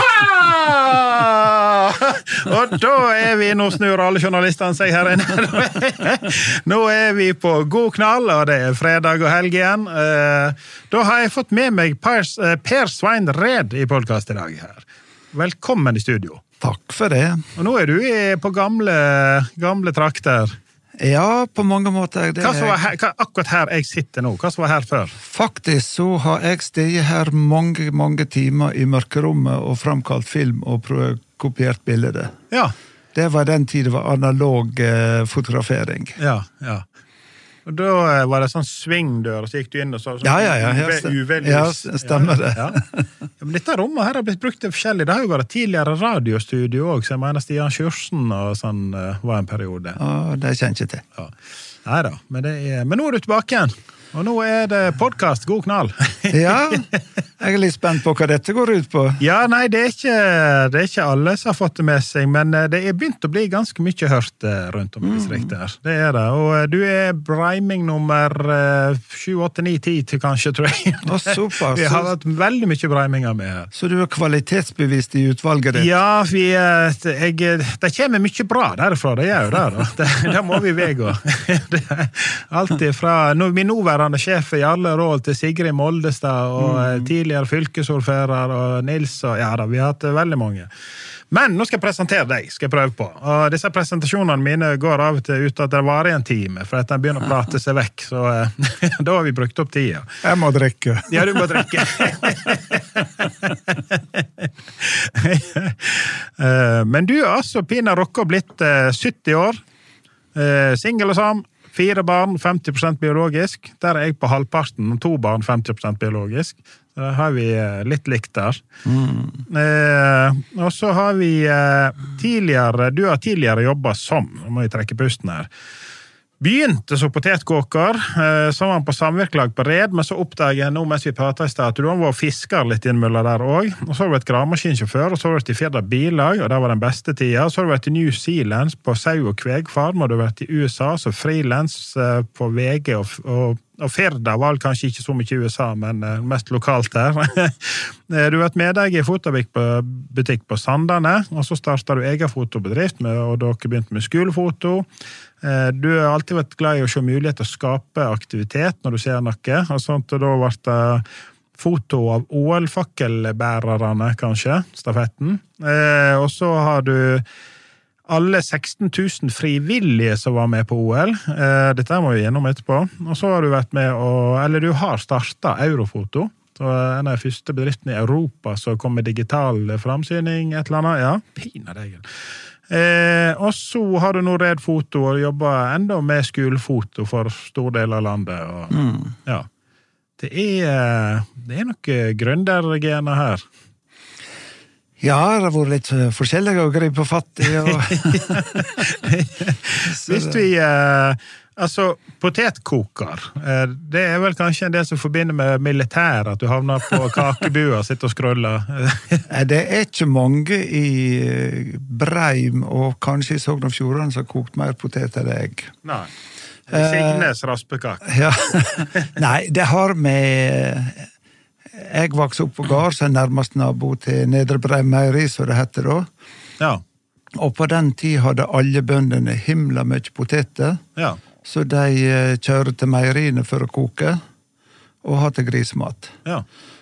Ah! Og da er vi Nå snur alle journalistene seg her inne. Nå er vi på god knall, og det er fredag og helg igjen. Eh, Da har jeg fått med meg Per, eh, per Svein Red i podkast i dag. her. Velkommen i studio. Takk for det. Og nå er du i- på gamle, gamle trakter. Ja, på mange måter. Det Hva som var er, her, hva, akkurat her jeg sitter nå, hva som var her før? faktisk så har jeg stått her mange, mange timer i mørkerommet og framkalt film og prø- kopiert bilder. Ja, Det var den tid det var analog eh, fotografering. ja, ja. Og da eh, var det sånn svingdør, og så gikk du inn og så sånn Ja, ja, ja, ja, UV stem- UV-lys. ja, s- stemmer det. Ja, ja. ja, men dette rommet her har blitt brukt til forskjellig. Det har jo vært tidligere radiostudio òg, så jeg mener Stian Kjursen og sånn eh, var en periode. Og det kjenner jeg ikke til. Ja. Nei da, men, det er, men nå er du tilbake igjen. Og nå er det podkast. God knall. Ja, jeg er litt spent på hva dette går ut på. Ja, nei, det er, ikke, det er ikke alle som har fått det med seg, men eh, det er begynt å bli ganske mye hørt eh, rundt om i distriktet her. Det er det. Og eh, du er breiming nummer eh, 7, 8, 9, 10 til kanskje, tror jeg. Å, såpass. Vi har hatt veldig mye breiminger med her. Så du er kvalitetsbevisst i utvalget ditt? Ja, vi, eh, jeg, eh, det kommer mye bra derfra, det gjør jo det. Da. Det, det må vi vedgå. Det er Alt fra nå- min nåværende sjef Jarle Raal til Sigrid Moldestad og eh, tidligere fylkesordfører og Nils og Ja da, vi har hatt eh, veldig mange. Men nå skal jeg presentere deg. skal jeg prøve på. Og disse Presentasjonene mine går av og til ut at det varer en time, for at den begynner å prate seg vekk. Så eh, da har vi brukt opp tida. Jeg må drikke. Ja, du må drikke. Eh, Men du er altså pina rocka blitt eh, 70 år. Eh, Singel og sam. Fire barn, 50 biologisk. Der er jeg på halvparten. To barn, 50 biologisk. Så der har vi eh, litt likt der. Eh, og så har vi eh, tidligere Du har tidligere jobba som Nå må jeg trekke pusten her. Begynte som potetkoker, eh, så var han på samvirkelag på Red, men så oppdaget jeg nå mens vi pratet i stad at du har vært fisker litt innimellom der òg. Og så har du vært gravemaskinsjåfør, og så har du vært i Firda Bilag, og det var den beste tida. Og så har du vært i New Zealand på sau- og kvegfarm, og du har vært i USA som frilans eh, på VG, og, og, og Firda var vel kanskje ikke så mye i USA, men eh, mest lokalt der. Eh, du har vært medeier i fotobutikk på, butikk på Sandane, og så starta du egen fotobedrift, med, og dere begynte med skolefoto. Eh, Du har alltid vært glad i å se mulighet til å skape aktivitet når du ser noe. og sånt, og Da ble det foto av OL-fakkelbærerne, kanskje. Stafetten. Eh, Og så har du alle 16 000 frivillige som var med på OL. Eh, Dette her må vi gjennom etterpå. Og så har du vært med å Eller du har starta Eurofoto. Så eh, en av de første bedriftene i Europa som kom med digital framsyning, et eller annet. Ja, pinadeggen. Eh, og så har du nå Red Foto og jobber enda med skolefoto for stor del av landet. Og, ja. det, er, eh, det er noe gründergener her. Ja, det har vært litt eh, forskjellig å gripe fatt i. Og... Så Hvis det- vi eh, Altså, potetkoker. Eh, det er vel kanskje en del som forbinder med militær, at du havner på kakebua og sitter og skruller. Nei, Eh, Det er ikke mange i eh, Breim og kanskje i Sogn og Fjordane som har kokt mer poteter enn jeg. Nei. Signes raspekake. Ja. Nei, det har med eh, Jeg vokste opp på gård som er nærmest nabo til Nedre Breim Meieri, som det heter da. Ja. Og på den tid hadde alle bøndene himla mye poteter, ja. så de eh, kjører til meieriene for å koke og ha til grismat. Ja.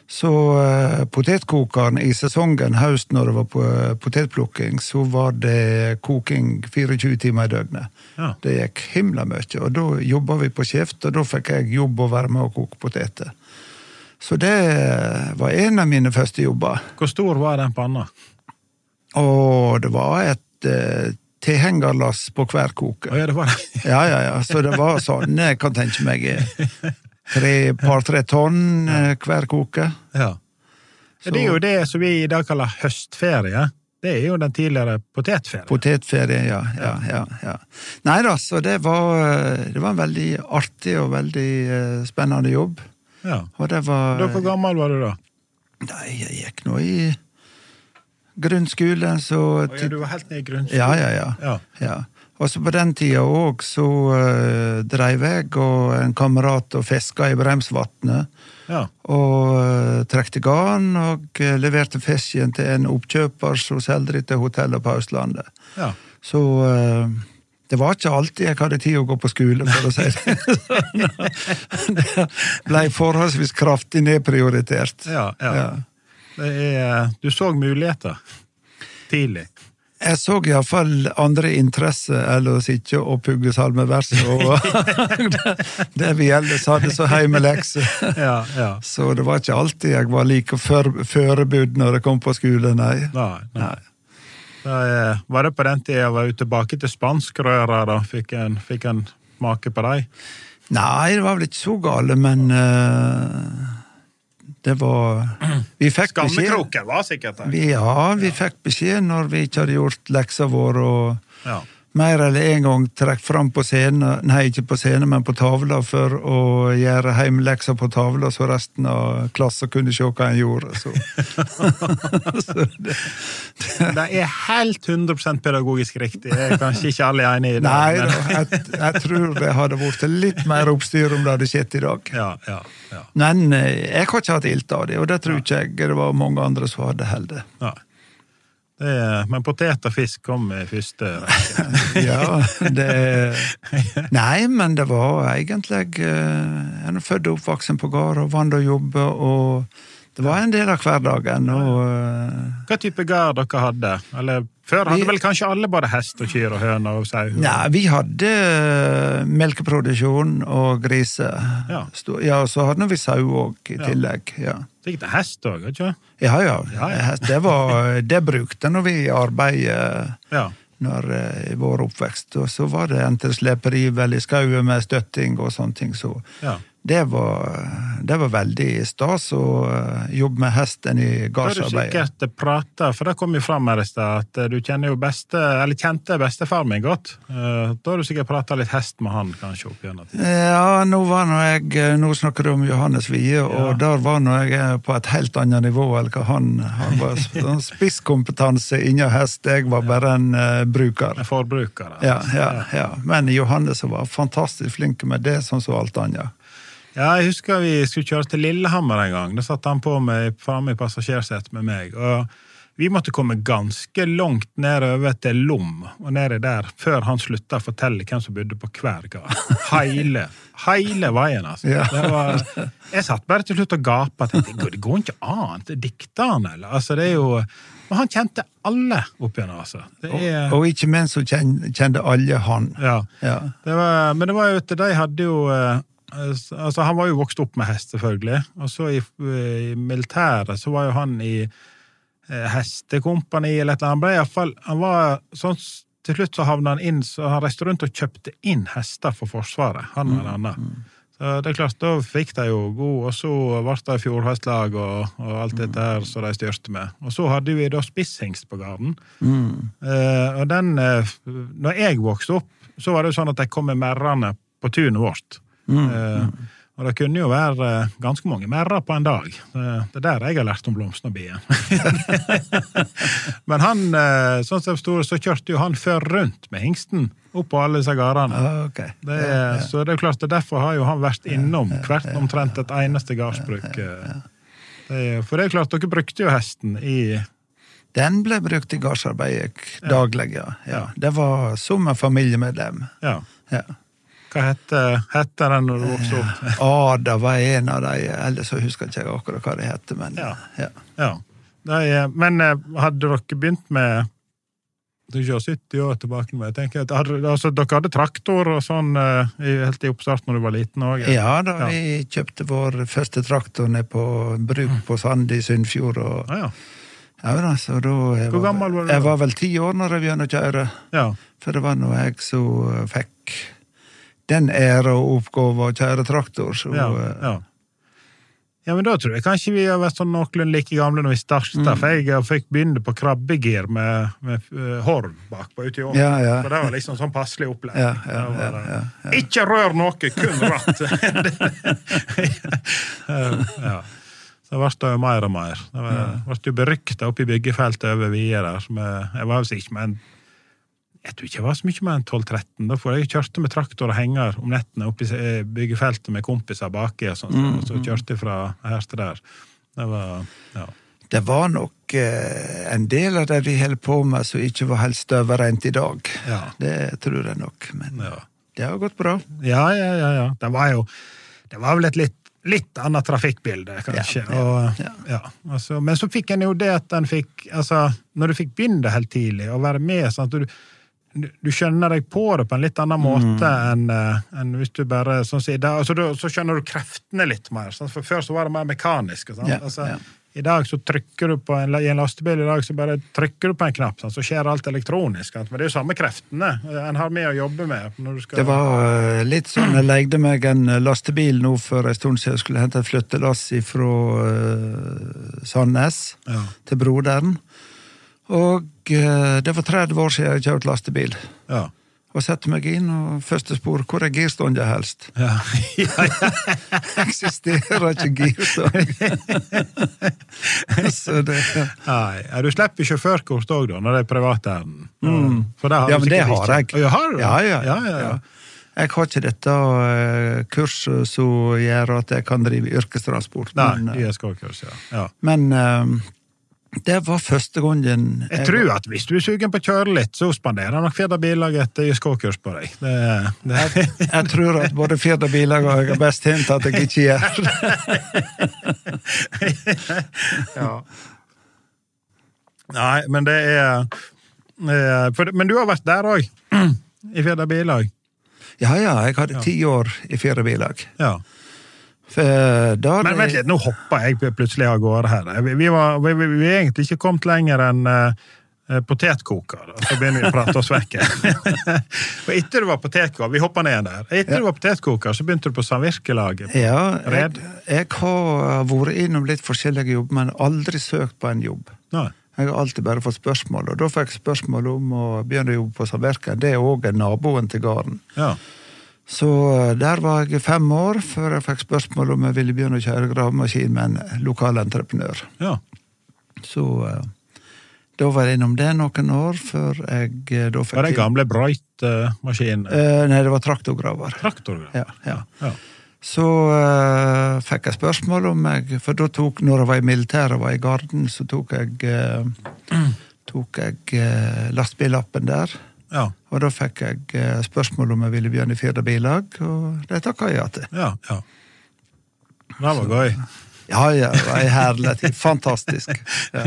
Så eh, potetkokeren i sesongen, høst når det var på, eh, potetplukking, så var det koking 24 timer i døgnet. Ja. Det gikk himla mye, og da jobba vi på skift, og da fikk jeg jobb å være med og koke poteter. Så det var en av mine første jobber. Hvor stor var den panna? Og det var et eh, tilhengerlass på hver Å koker. ja, det var det. Ja, ja, ja. Så det var sånn, jeg kan tenke meg, eh, tre, par-tre tonn eh, hver koker. Ja. Det er jo det som vi i dag kaller høstferie. Det er jo den tidligere potetferien. Potetferie, ja. ja, ja, ja. Nei da, så det var, det var en veldig artig og veldig eh, spennende jobb. ja. Og det var Da, hvor gammel var du da? Nei, jeg gikk nå i grunnskolen, så Å ja, du var helt ned i grunnskolen. Ja, ja, ja. Ja. ja. Og så på den tida òg så eh, dreiv jeg og en kamerat og fiska i Bremsvatnet. Ja. Og uh, trekte garn og eh, leverte fisken til en oppkjøper som selger det til hotellet på Østlandet. Ja. Så eh, det var ikke alltid jeg hadde tid å gå på skole, for å si det sånn. Det ble forholdsvis kraftig nedprioritert. Ja, ja. Ja. Det er, eh, du så muligheter tidlig. Jeg så iallfall andre interesser enn å sitte og pugge salmeverset. Og det vi ellers hadde så heimelekse. Ja, ja. Så det var ikke alltid jeg var like for, forberedt når jeg kom på skole, nei. Nei, nei. Nei. Da, eh, var det på den tida jeg var jo tilbake til spanskrøra, da? Fikk en, fikk en make på deg? Nei, det var vel ikke så gale, men eh, det var Vi fikk beskjed. Skammekroken var sikkert det. Vi, ja, vi fikk beskjed når vi ikke hadde gjort leksa vår og Ja. mer eller en gang trukket fram på scenen, nei, ikke på scenen, men på tavla for å gjøre heimlekser på tavla, så resten av klassen kunne se hva en gjorde. Så. så det, Det er helt 100 pedagogisk riktig. Det er kanskje ikke alle enig i det. nei men- da, jeg, jeg tror det hadde vært litt mer oppstyr om det hadde skjedd i dag. Ja, ja, ja. Men eh, jeg har ikke hatt ilt av det, og det tror ikke jeg det var mange andre som hadde heller. Nei. Det er, men potet og fisk kom i første rekke. Ja, det Nei, men det var egentlig eh, En er født og oppvoksen på gård og vant å jobbe, og det var en del av hverdagen. Og eh, Hva type gard dere hadde? Eller, før hadde vel kanskje alle både hest og kyr og høne og sau? Nei, vi hadde eh, melkeproduksjon og griser. Ja. Sto- ja, og så hadde vi sau òg i Ja. tillegg. Ja. Sikkert hest òg, ikke sant? Ja, ja. Ja, ja. Det, var, det brukte når vi arbeidet Ja. når, eh, i vår oppvekst. Og så var det enten sleperi vel i skauen med støtting og sånne ting. Så Ja. det, var, det var veldig stas å eh, jobbe med hesten Da i har du gardsarbeidet. sikkert prata, for det kom jo fram her i stad, at eh, du kjenner jo beste, eller kjente bestefaren min godt. Eh, Da har du sikkert prata litt hest med han, kanskje, opp gjennom tiden. Ja, nå var nå jeg eh, Nå snakker du om Johannes Wie, og der var nå jeg eh, på et helt annet nivå enn hva han, han var. Sånn spisskompetanse innen hest, jeg var bare en eh, bruker. Med Forbrukere. Ja, ja, altså. ja. Men Johannes var fantastisk flink med det, sånn som alt annet. Ja, jeg husker vi skulle kjøre til Lillehammer en gang. Da satt han på meg framme i passasjersetet med meg. og vi måtte komme ganske langt nedover til Lom og nedi der før han slutta å fortelle hvem som bodde på hver gard. Hele, hele veien, altså. Ja. Det var, jeg satt bare til slutt og gapa. og tenkte, "Gud, Det går ikke an! Det dikter han, eller? Altså, det er jo... Men han kjente alle opp igjennom, altså. Det er... Og ikke minst så kjen- kjente alle han. Ja. Ja. Det var, men det var jo at de hadde jo eh, Altså, han var jo vokst opp med hest, selvfølgelig. Og så i, eh, i militæret så var jo han i eh, hestekompani eller et eller annet. Han ble i hvert fall, han var sånn til slutt så havna han inn, så han reiste rundt og kjøpte inn hester for Forsvaret, han og en annen. Så det er klart, da fikk de jo god, og så ble det fjordhestlag og, og alt dette her som de styrte med. Og så hadde vi da spisshingst på garden. Eh, og den, eh, når jeg vokste opp, så var det jo sånn at de kom med merrene på tunet vårt. Eh, og det kunne jo være eh, ganske mange merrer på en dag. Eh, det er der jeg har lært om blomsten og bien. Men han, eh, sånn som jeg forstod, det, så kjørte jo han før rundt med hengsten opp på alle disse gårdene. Ah, Ok. Det er, Så det er jo klart, det er derfor har jo han vært innom hvert omtrent et eneste gardsbruk. eh. Det er, for det er klart, dere brukte jo hesten i Den ble brukt i gardsarbeidet daglig, ja. ja. Ja. Det var som en familiemedlem. ja. Ja. Hva heter, heter den når du vokste opp? Ada var en av de, ellers så husker ikke jeg akkurat hva det heter, men Ja. ja. Ja. Det er, men eh, hadde dere begynt med du kjører 70 år tilbake med, jeg tenker at hadde, altså, Dere hadde traktor og sånn eh, i- helt i oppstarten når du var liten òg? Ja da, Ja. vi kjøpte vår første traktor ned på bruk på Sand i Sunnfjord, og Mm. Ah, ja. Ja, da, så da jeg Hvor var- gammel var du da? Jeg var vel ti år når jeg begynte å kjøre. Ja. For det var nå jeg som eh, fikk den æra og oppgave å kjøre traktor. Så, Ja, eh, ja. ja, men da tror jeg kanskje vi har vært sånn noenlunde like gamle når vi starta, Mm. for jeg fikk begynne på krabbegir med, med eh, horn bakpå ute i året. Ja, ja. Så det var liksom sånn passelig opplæring. Ja, ja, Det var ja, det. ja, Ikke rør noe, kun ratt! Eh, ja. Så ble det jo mer og mer. Det var- ble jo berykta oppe i byggefeltet over Vie der. som jeg- Jeg var visst ikke med en jeg tror ikke jeg var så mye mer enn 12-13. Da for jeg kjørte med traktor og henger om nettene oppe i eh, byggefeltet med kompiser baki, og, sånn, Mm, og så kjørte jeg fra her til der. Det var, ja. Det var nok eh, en del av det vi holdt på med som ikke var helt støvreint i dag. Ja. Det tror jeg nok. Men Ja. det har gått bra. ja, ja, ja. ja. Det var jo det var vel et litt, litt annet trafikkbilde, kanskje. Ja, ja, og, ja. ja, altså, men så fikk en jo det at en fikk altså, Når du fikk begynne helt tidlig og være med sånn at du, du- du skjønner deg på det på en litt Mm. annen måte enn eh, enn hvis du bare sånn som i dag, altså, da- Så skjønner du kreftene litt mer. sant? for før så var det mer mekanisk. sant? Ja, altså, ja. I dag så trykker du på en, I en lastebil i dag så bare trykker du på en knapp, sant? så skjer alt elektronisk. sant? Men det er jo samme kreftene eh, en har med å jobbe med. når du skal... Det var eh, litt sånn Jeg leide meg en eh, lastebil nå for en stund siden jeg skulle hente et flyttelass fra Sandnes Ja. til broderen. Og eh, det var 30 år siden jeg kjørte lastebil. Ja. Og satte meg inn, og første spor hvor er girstånda helst? Ja. Eksisterer ikke girstånd? Så det Nei, ja, du slipper sjåførkort òg, da, når det er privatærend. Mm. Ja, men det har jeg. Ja, har du? Ja, ja, ja, ja, ja. Jeg har ikke dette eh, kurset som gjør at jeg kan drive yrkestransport. men, Nei, eh, ISK-kurs, ja. ja. Men eh, det var første gangen Jeg tror at hvis du er sugen på å kjøre litt, så spanderer nok Firda Billag et ISK-kurs på deg. Det, det. Jeg tror at både Firda Bilag og jeg har best hint at jeg ikke gjør det. Nei, men det er eh, for, det- Men du har vært der òg, i Firda Billag. Ja, ja, jeg hadde ti år i Firda Bilag. Ja. For eh, da Men vent litt, nå hopper jeg plutselig av gårde her. Vi, vi, var, vi, vi, vi er egentlig ikke kommet lenger enn eh, potetkoker. og Så begynner vi å prate oss vekk. Og etter du var potetkoker, vi hopper ned der. Etter du var potetkoker, så begynte du på samvirkelaget. Ja, jeg, Red? jeg har vært innom litt forskjellige jobber, men aldri søkt på en jobb. Nei. Jeg har alltid bare fått spørsmål, og da fikk jeg spørsmål om å begynne å jobbe på samvirket. Det er òg naboen til gården. Ja. Så eh, der var jeg i fem år før jeg fikk spørsmål om jeg ville begynne å kjøre gravemaskin med en lokal entreprenør. Ja. Så eh, da var jeg innom det noen år før jeg eh, da fikk Var det gamle Bright-maskinen? Eh, nei, det var traktorgraver. Traktor? Ja, ja. Ja. Så eh, fikk jeg spørsmål om jeg For da tok, når jeg var i militæret og var i garden, så tok jeg, eh, tok jeg eh, lastebillappen der. Ja. Og da fikk jeg eh, spørsmål om jeg ville begynne i Firda bilag, og det takka jeg ja til. ja. ja. Det var gøy. Ja, ja, det var en herlig tid. Fantastisk. Ja.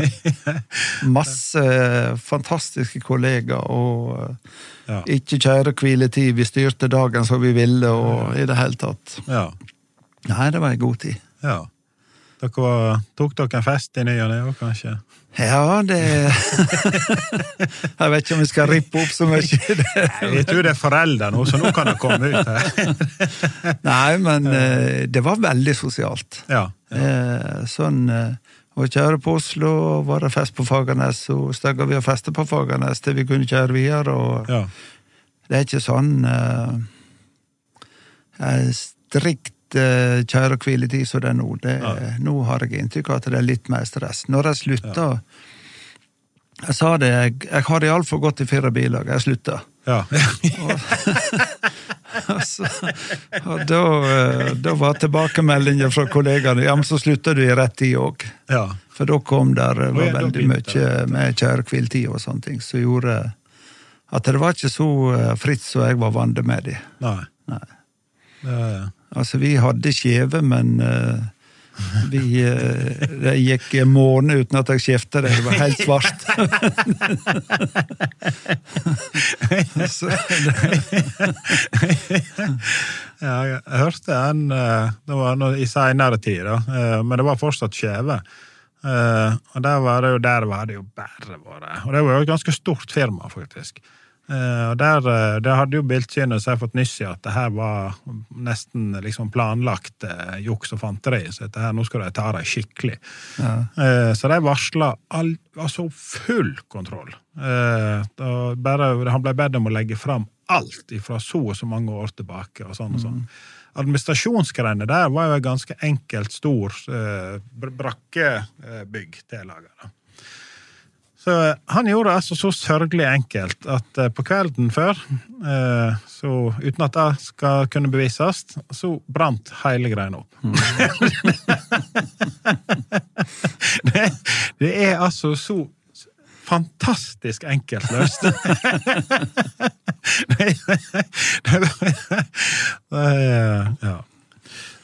Masse eh, fantastiske kollegaer, og eh, Ja. ikke kjære hviletid. Vi styrte dagen som vi ville, og i det hele tatt. Ja. Nei, det var en god tid. ja. Dere var, tok dere en fest i ny og ne òg, kanskje? Ja, det Jeg vet ikke om vi skal rippe opp så mye. Jeg tror det er foreldre nå, så nå kan det komme ut her. Nei, men eh, det var veldig sosialt. Ja. Eh, Sånn eh, å kjøre på Oslo, og var det fest på Fagernes, så støgga vi og festa på Fagernes til vi kunne kjøre videre. og... ja. Det er ikke sånn uh, strikt eh, kjøre- og hviletid som det er nå. Det, Nei. Nå har jeg inntrykk av at det er litt mer stress. Når jeg slutta Jeg sa det, jeg, jeg har det iallfall godt i fire bilag. Jeg slutta. Ja. Altså, og da, eh, da var tilbakemeldingen fra kollegaene ja, men så slutta du i rett tid òg. ja. For da kom der Å, eh, ja, var da veldig begynte mye med kjære hviletid og sånne ting, som gjorde at det var ikke så eh, fritt som jeg var vant med det. Nei. Det- Altså, vi hadde skjeve, men eh, vi, eh, det gikk en måned uten at jeg skjefta det. Det var helt svart. Så det- ja, jeg hørte en eh, Det var noe i seinere tid, da, eh, men det var fortsatt skjeve. Eh, og der var det jo, der var det jo bare vært. Og det var jo et ganske stort firma, faktisk. Eh, og der, eh, der hadde jo Biltsynet seg fått nyss i at det her var nesten liksom planlagt eh, juks og fanteri. Så dette her, nå skal de ta det skikkelig. Eh, så de varsla all, altså full kontroll. Eh, da bare, han ble bedt om å legge fram alt fra så og så mange år tilbake. og sånn og sånn. Administrasjonsgreiene der var jo et ganske enkelt, stor eh, br- brakkebygg til laget. da. Så eh, han gjorde det altså så sørgelig enkelt at eh, på kvelden før, eh, så uten at det skal kunne bevises, så brant hele greia opp. det, det er altså så fantastisk enkelt løst. det, er- ja.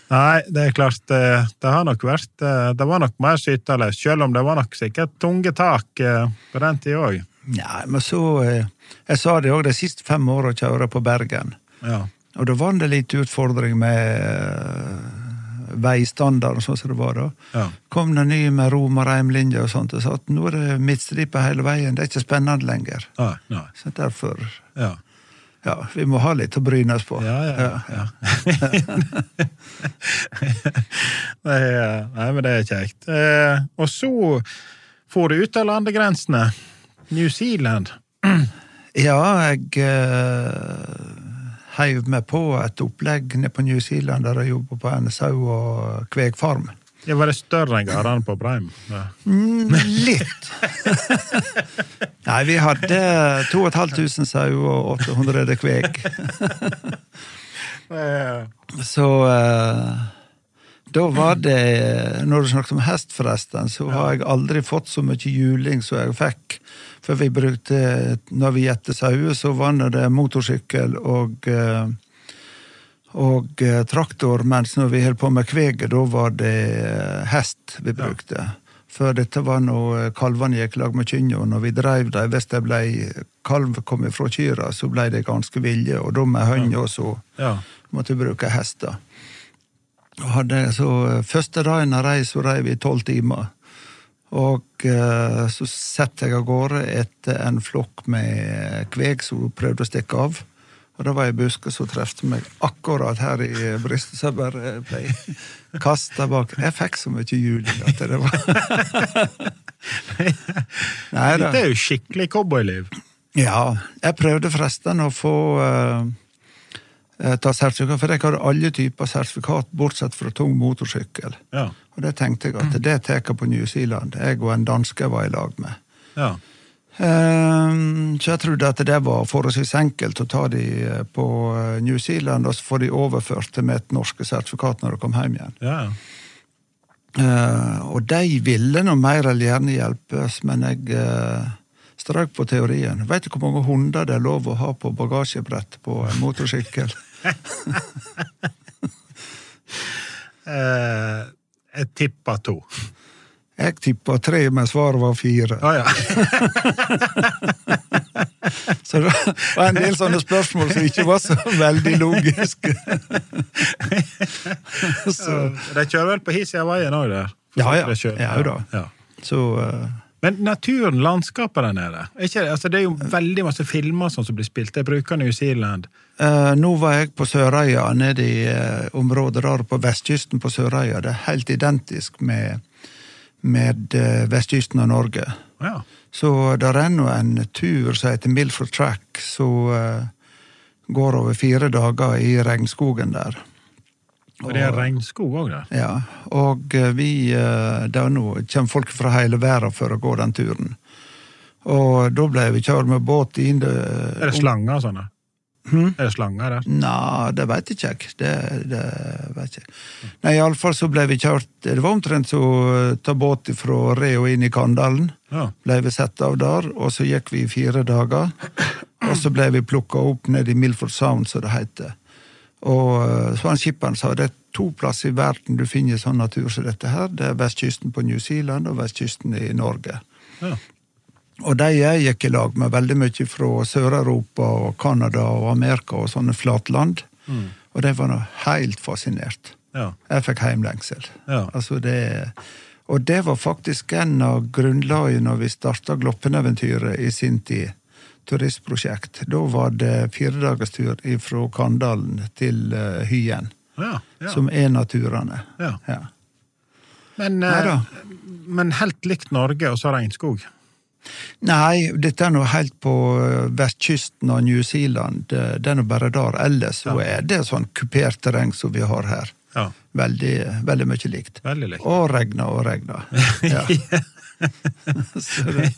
Nei, det er klart, det, det har nok vært eh, Det var nok mer skytterløst, selv om det var nok sikkert tunge tak eh, på den tida òg. Nei, men så eh, Jeg sa det òg, de siste fem åra kjører jeg på Bergen. Ja. Og da var det litt utfordring med eh, veistandarden, sånn som det var da. Ja. Kom det ny med Rom og Reim-linje og sånt, og sa at nå er det midtstripe hele veien, det er ikke spennende lenger. Nei, nei. Så derfor Ja. Ja, vi må ha litt å bryne oss på. Ja, ja, ja. det er, nei, men det er kjekt. Eh, og så får du ut av landegrensene. New Zealand. Ja, jeg eh, heiv meg på et opplegg nede på New Zealand der jeg jobber på en sau- og kvegfarm. Det var det større enn gardene på Breim. Ja. Mm, Litt. Nei, vi hadde 2500 sauer og 800 kveg. Så eh, da var det Når du snakket om hest, forresten, så har jeg aldri fått så mye juling som jeg fikk. For vi brukte Når vi gjette sauer, så var det motorsykkel og eh, og eh, traktor, mens når vi holdt på med kveget, da var det eh, hest vi brukte. Før dette var når kalvene gikk lag med kyrne, og når vi dreiv dem, hvis de ble kalv kom ifra kyrne, så ble de ganske ville, og da med hønn også Ja. måtte vi bruke hest. da. Og hadde, så eh, første dagen jeg reiste, så reiv vi i tolv timer. Og eh, så setter jeg av gårde etter en flokk med kveg som prøvde å stikke av. Og da var jeg i buska som trefte meg akkurat her i brystet, så jeg bare ble kasta bak. Jeg fikk så mye juling at det var Nei da. Dette er jo skikkelig cowboyliv. Ja, jeg prøvde forresten å få eh, eh, ta sertifikat, for jeg hadde alle typer sertifikat bortsett fra tung motorsykkel. Ja. Og det tenkte jeg at det tar jeg på New Zealand. Jeg og en danske jeg var i lag med. Ja. Ehm, Så jeg trodde at det var forholdsvis enkelt å ta de eh, på eh, New Zealand, og så få de overført til mitt norske sertifikat når de kom hjem igjen. Ja. Eh, og de ville nå mer eller gjerne hjelpes, men jeg eh, strøk på teorien. Vet du hvor mange hunder det er lov å ha på bagasjebrett på en motorsykkel? Eh, jeg tippa to. Jeg tippa tre, men svaret var fire. Å ja. Så det var en del sånne spørsmål som ikke var så veldig logiske. så, De kjører vel på hi siden av veien òg, der? Ja, ja. De kjører. Ja, jo da. Ja. så eh, Men naturen, landskapet der nede er ikke, det- altså Det er jo veldig masse filmer sånn som blir spilt. Jeg bruker New Zealand. Eh, nå var jeg på Sørøya, nede i eh, området der på vestkysten på Sørøya. Det er helt identisk med, med eh, vestkysten av Norge. Ja. Så der er nå en tur som heter Milford Track, som eh, går over fire dager i regnskogen der. Og det er regnskog òg der. Ja, og eh, vi eh, der nå kommer folk fra hele verden for å gå den turen. Og da ble vi kjørt med båt inn Eh, Er det slanger og sånne? Hmm? Er det slanger der? Nei, det vet ikke jeg. Det, det vet jeg. Nei, iallfall så ble vi kjørt Det var omtrent som å ta båt fra Reo inn i Kandalen. Ja. Ble vi satt av der, og så gikk vi i fire dager. Og så ble vi plukka opp ned i Milford Sound, som det heter. Og eh, så han skipperen sa det er to plasser i verden du finner sånn natur som dette her. Det er vestkysten på New Zealand og vestkysten i Norge. Ja. Og de jeg gikk i lag med veldig mye fra Sør-Europa og Canada og Amerika og sånne flatland. Mm. Og de var nå helt fascinert. Ja. Jeg fikk heimlengsel. Ja. Altså det Og det var faktisk en av grunnlagene når vi starta Gloppeneventyret i sin tid. Turistprosjekt. Da var det firedagerstur fra Kandalen til eh, Hyen, Ja, ja. som er naturene. Ja. Ja. Men, eh, Neida. men helt likt Norge, og så regnskog. Nei, dette er nå helt på eh, vestkysten av New Zealand. eh, Det er nå bare der. Ellers så er det sånn kupert terreng som vi har her. Ja, Veldig, veldig mye likt. Veldig likt. Og regna og regna. Ja. Så det-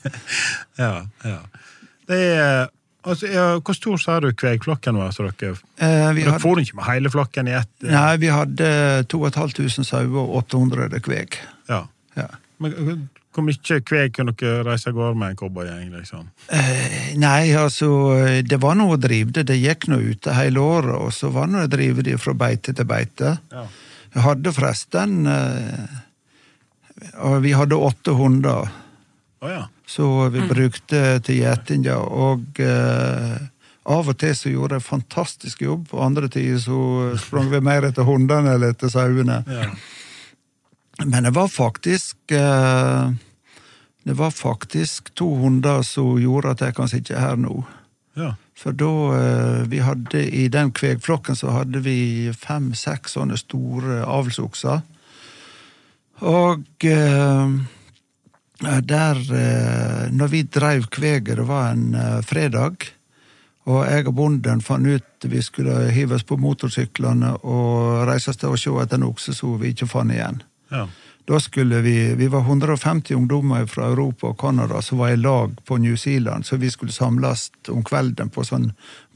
ja. ja. Det er, altså, ja, hvor stor sa du kvegflokken var? Så dere eh, vi dere hadde, for ikke med hele flokken i ett? eh, nei, vi hadde 2500 sauer og 800 kveg. Ja. Ja. Men eh, hvor mye kveg kunne dere reise av gårde med en cowboygjeng? Liksom? Eh, Nei, altså, det var noe å drive det. Det gikk nå ute hele året, og så var det noe å drive det fra beite til beite. Ja. Jeg hadde forresten eh, og Vi hadde åtte hunder Å ja. som vi brukte til gjetinga, og eh, av og til så gjorde jeg fantastisk jobb, og andre tider så sprang vi mer etter hundene eller etter sauene. Ja. Men det var faktisk eh, Det var faktisk to hunder som gjorde at jeg kan sitte her nå. ja. For da eh, vi hadde I den kvegflokken så hadde vi fem-seks sånne store avlsokser. Og eh, der eh, Når vi dreiv kveget, det var en eh, fredag, og jeg og bonden fant ut vi skulle hive oss på motorsyklene og reise oss til å se etter en okse som vi ikke fant igjen. ja. Da skulle vi, vi var 150 ungdommer fra Europa og Canada som var i lag på New Zealand, så vi skulle samles om kvelden på sånn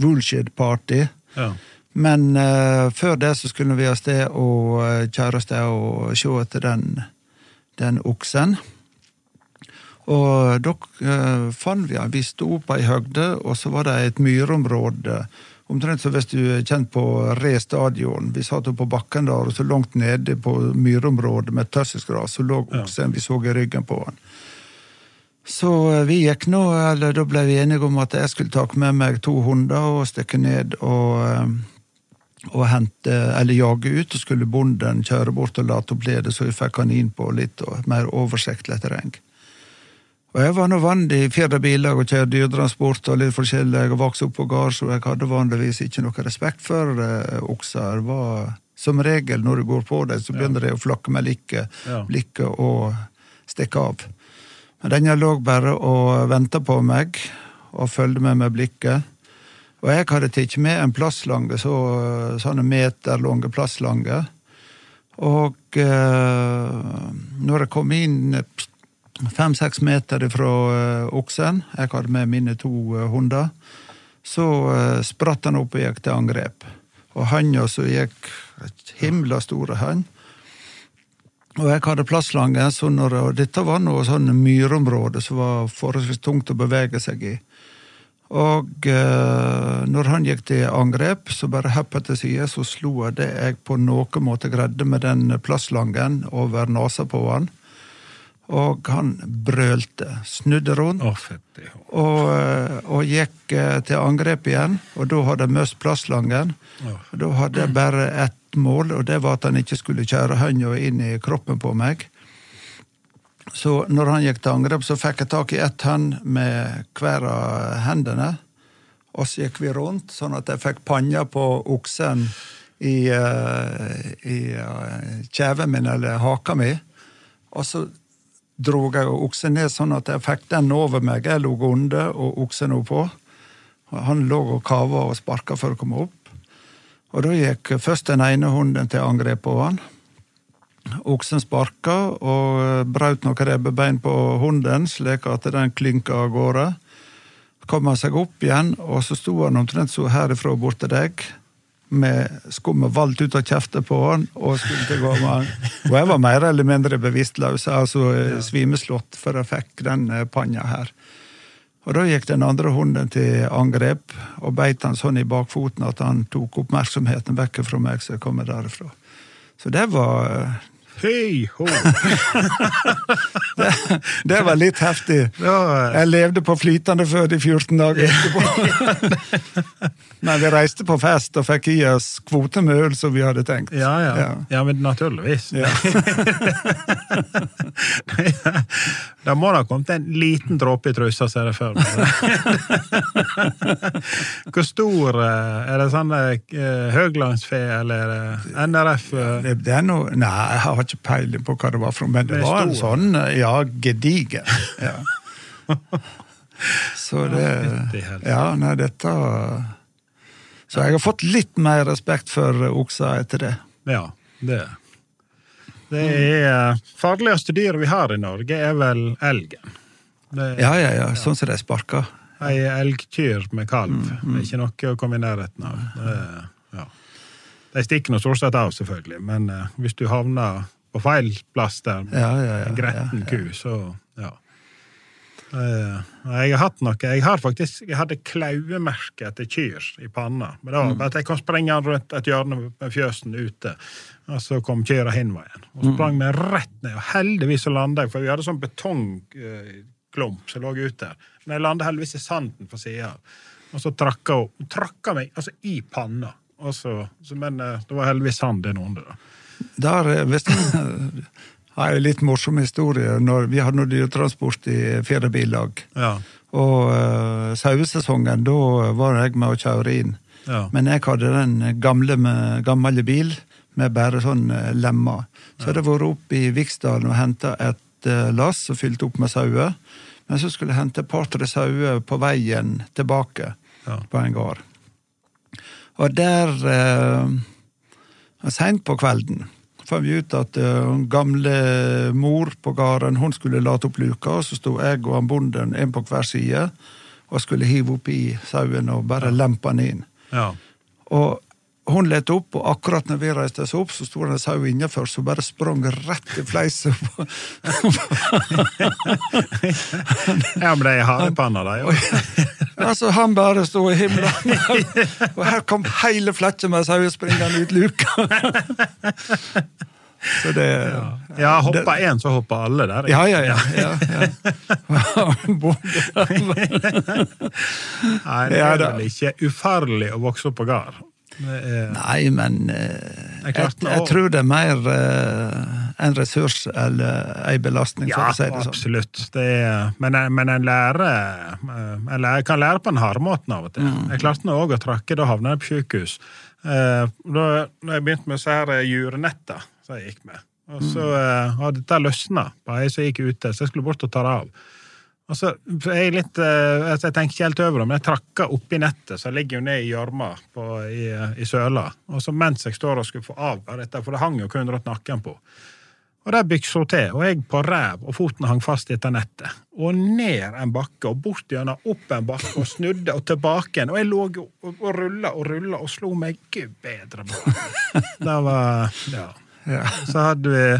woolshed-party. ja. Men eh, før det så skulle vi av sted og eh, kjære oss der og se etter den, den oksen. Og da eh, fant vi han. Vi sto på ei høgde, og så var det et myrområde. Omtrent som hvis du er kjent på Re stadion. Vi satt oppe på bakken der, og så langt nede på myrområdet med tøssisgras, så lå oksen vi så i ryggen på han. Så eh, vi gikk nå, eller da ble vi enige om at jeg skulle ta med meg to hunder og stikke ned og eh, og hente, eller jage ut, og skulle bonden kjøre bort og late opp ledet, så vi fikk han inn på litt og mer oversiktlig terreng. Og jeg var nå vant i fjerde biler og kjørte dyretransport og litt forskjellig, og vokste opp på gård, så jeg hadde vanligvis ikke noe respekt for eh, okser. Det var, som regel når du går på dem, så begynner de å flakke med blikket, Ja. blikket og stikke av. Men denne lå bare og venta på meg, og fulgte med med blikket. Og jeg hadde tatt med en plastlange, så, sånne meterlange plastlange. Og eh, når jeg kom inn fem-seks meter fra eh, oksen, jeg hadde med mine to eh, hunder, så eh, spratt han opp og gikk til angrep. Og handa som gikk et himla store hann. Og jeg hadde plastlange, så når, og dette var noe sånn myrområde som var forholdsvis tungt å bevege seg i. Og eh, når han gikk til angrep, så bare heppa til side, så slo jeg det jeg på noen måte greide med den plastlangen over nesa på han. Og han brølte. Snudde rundt Å, fytti hå. og, eh, og gikk eh, til angrep igjen. Og da hadde jeg mist plastlangen. Ja. Og Da hadde jeg bare ett mål, og det var at han ikke skulle kjøre hånda inn i kroppen på meg. Så når han gikk til angrep, så fikk jeg tak i ett hånd med hver av hendene. Og så gikk vi rundt, sånn at jeg fikk panna på oksen i, eh, i eh, kjeven min, eller haka mi. Og så dro jeg oksen ned sånn at jeg fikk den over meg. Jeg lå under, og oksen lå på. Og Han lå og kava og sparka for å komme opp. Og da gikk først den ene hunden til angrep på han. Oksen sparka og brøt noen ribbein på hunden, slik at den klynka av gårde. Kom han seg opp igjen, og så sto han omtrent så herifra og bort til deg. Med skummet valgt ut av kjeften på han, og skulle til å gå med han. Og jeg var mer eller mindre bevisstløs, altså eh, svimeslått, for jeg fikk den eh, panna her. Og da gikk den andre hunden til angrep og beit han sånn i bakfoten at han tok oppmerksomheten vekk fra meg, så jeg kom derifra. Så det var eh, Hei, ho! Det var litt heftig. Ja. Jeg levde på flytende føde i 14 dager etterpå. Men vi reiste på fest og fikk i oss kvote med øl som vi hadde tenkt. Ja, ja. Ja. ja, men naturligvis. Ja. Det må da ha kommet en liten dråpe i trusa, ser jeg for meg. Hvor stor eh, Er det sånn eh, høglandsfe, eller er det NRF? eh? Det, det er noe, nei, jeg har ikke peiling på hva det var for noe, men det, Det er var en stor. sånn, ja, gedigen. Ja. Så det fytti helsike. Ja, nei, dette Så jeg har fått litt mer respekt for oksa etter det. Ja, det Det er eh, farligste dyr vi har i Norge, er vel elgen. Det er Ja, ja, ja, sånn som de sparker. ei elgkyr med kalv. Mm, Det er ikke noe å komme i nærheten av. Det er, ja. De stikker nå stort sett av, selvfølgelig, men eh, hvis du havner på feil plass der, med Ja, ja, ja, en gretten ja, ku, så ja. Eh, Jeg har hatt noe Jeg har faktisk jeg hadde klauemerke etter kyr i panna. Men det Mm. var bare at jeg kom sprengende rundt et hjørne med fjøsen ute, og så kom kyrne hinveien. Og Mm. sprang meg rett ned, og heldigvis så landa jeg, for vi hadde sånn betongklump eh, som lå ute der. Men jeg landa heldigvis i sanden på sida, og så trakka hun trakka meg altså i panna. Og så, så, men eh, det var heldigvis sand innunder. da. Der eh, hvis, har jeg en litt morsom historie. Når, vi hadde noe dyretransport i Fjellbillag. Ja. Og uh, sauesesongen, da var jeg med å kjøre inn. Ja. Men jeg hadde den gamle med, gammel bil med bare sånn eh, lemmer. Så hadde jeg vært opp i Viksdalen og henta et eh, lass og fylt opp med sauer. Men så skulle jeg hente et par-tre sauer på veien tilbake Ja. på en gård. Og der eh, Seint på kvelden fant vi ut at eh, hun gamle mor på gården hun skulle late opp luka, og så sto jeg og han bonden en på hver side og skulle hive oppi sauen og bare lempe den inn. Ja. Og hun lette opp, og akkurat når vi reiste oss opp, så sto det en sau innenfor som bare sprang rett i fleisen. på- ja, men de er harde i panna, de. og- altså, han bare sto i himmelen, og her kom hele fletjen med sauer springende ut luka. så det Ja, hoppa én, så hoppa alle der. Ja, ja, ja. ja, ja. Nei, det Ja, er da. vel ikke ufarlig å vokse opp på gard. Det er- Nei, men eh, Jeg jeg, klarte jeg, meg også. tror det er mer eh, en ressurs eller ei belastning, for Ja, å si det sånn. absolutt. Det er, men, en- men en lærer eh, En lærer kan lære på en hardmåte av og til. Mm. Jeg klarte nå òg å trakke, da havna jeg på sykehus. Eh, Da da jeg begynte med disse her eh, jurenetta som jeg gikk med, og så Mm. eh, hadde dette løsna på ei som gikk ute, så jeg skulle bort og ta det av. Og så så er jeg litt, eh, altså jeg tenker ikke helt over det, men jeg trakka oppi nettet, så jeg ligger jo ned i gjørma på- i, eh, i søla. Og så mens jeg står og skulle få av dette, for det hang jo kun rundt nakken på. Og der byksa til, og jeg på ræv, og foten hang fast i dette nettet. Og ned en bakke, og bort gjennom, opp en bakke, og snudde, og tilbake igjen. Og jeg lå jo og, og rulla og rulla og slo meg gud bedre på. Det var Ja. Ja. Så hadde vi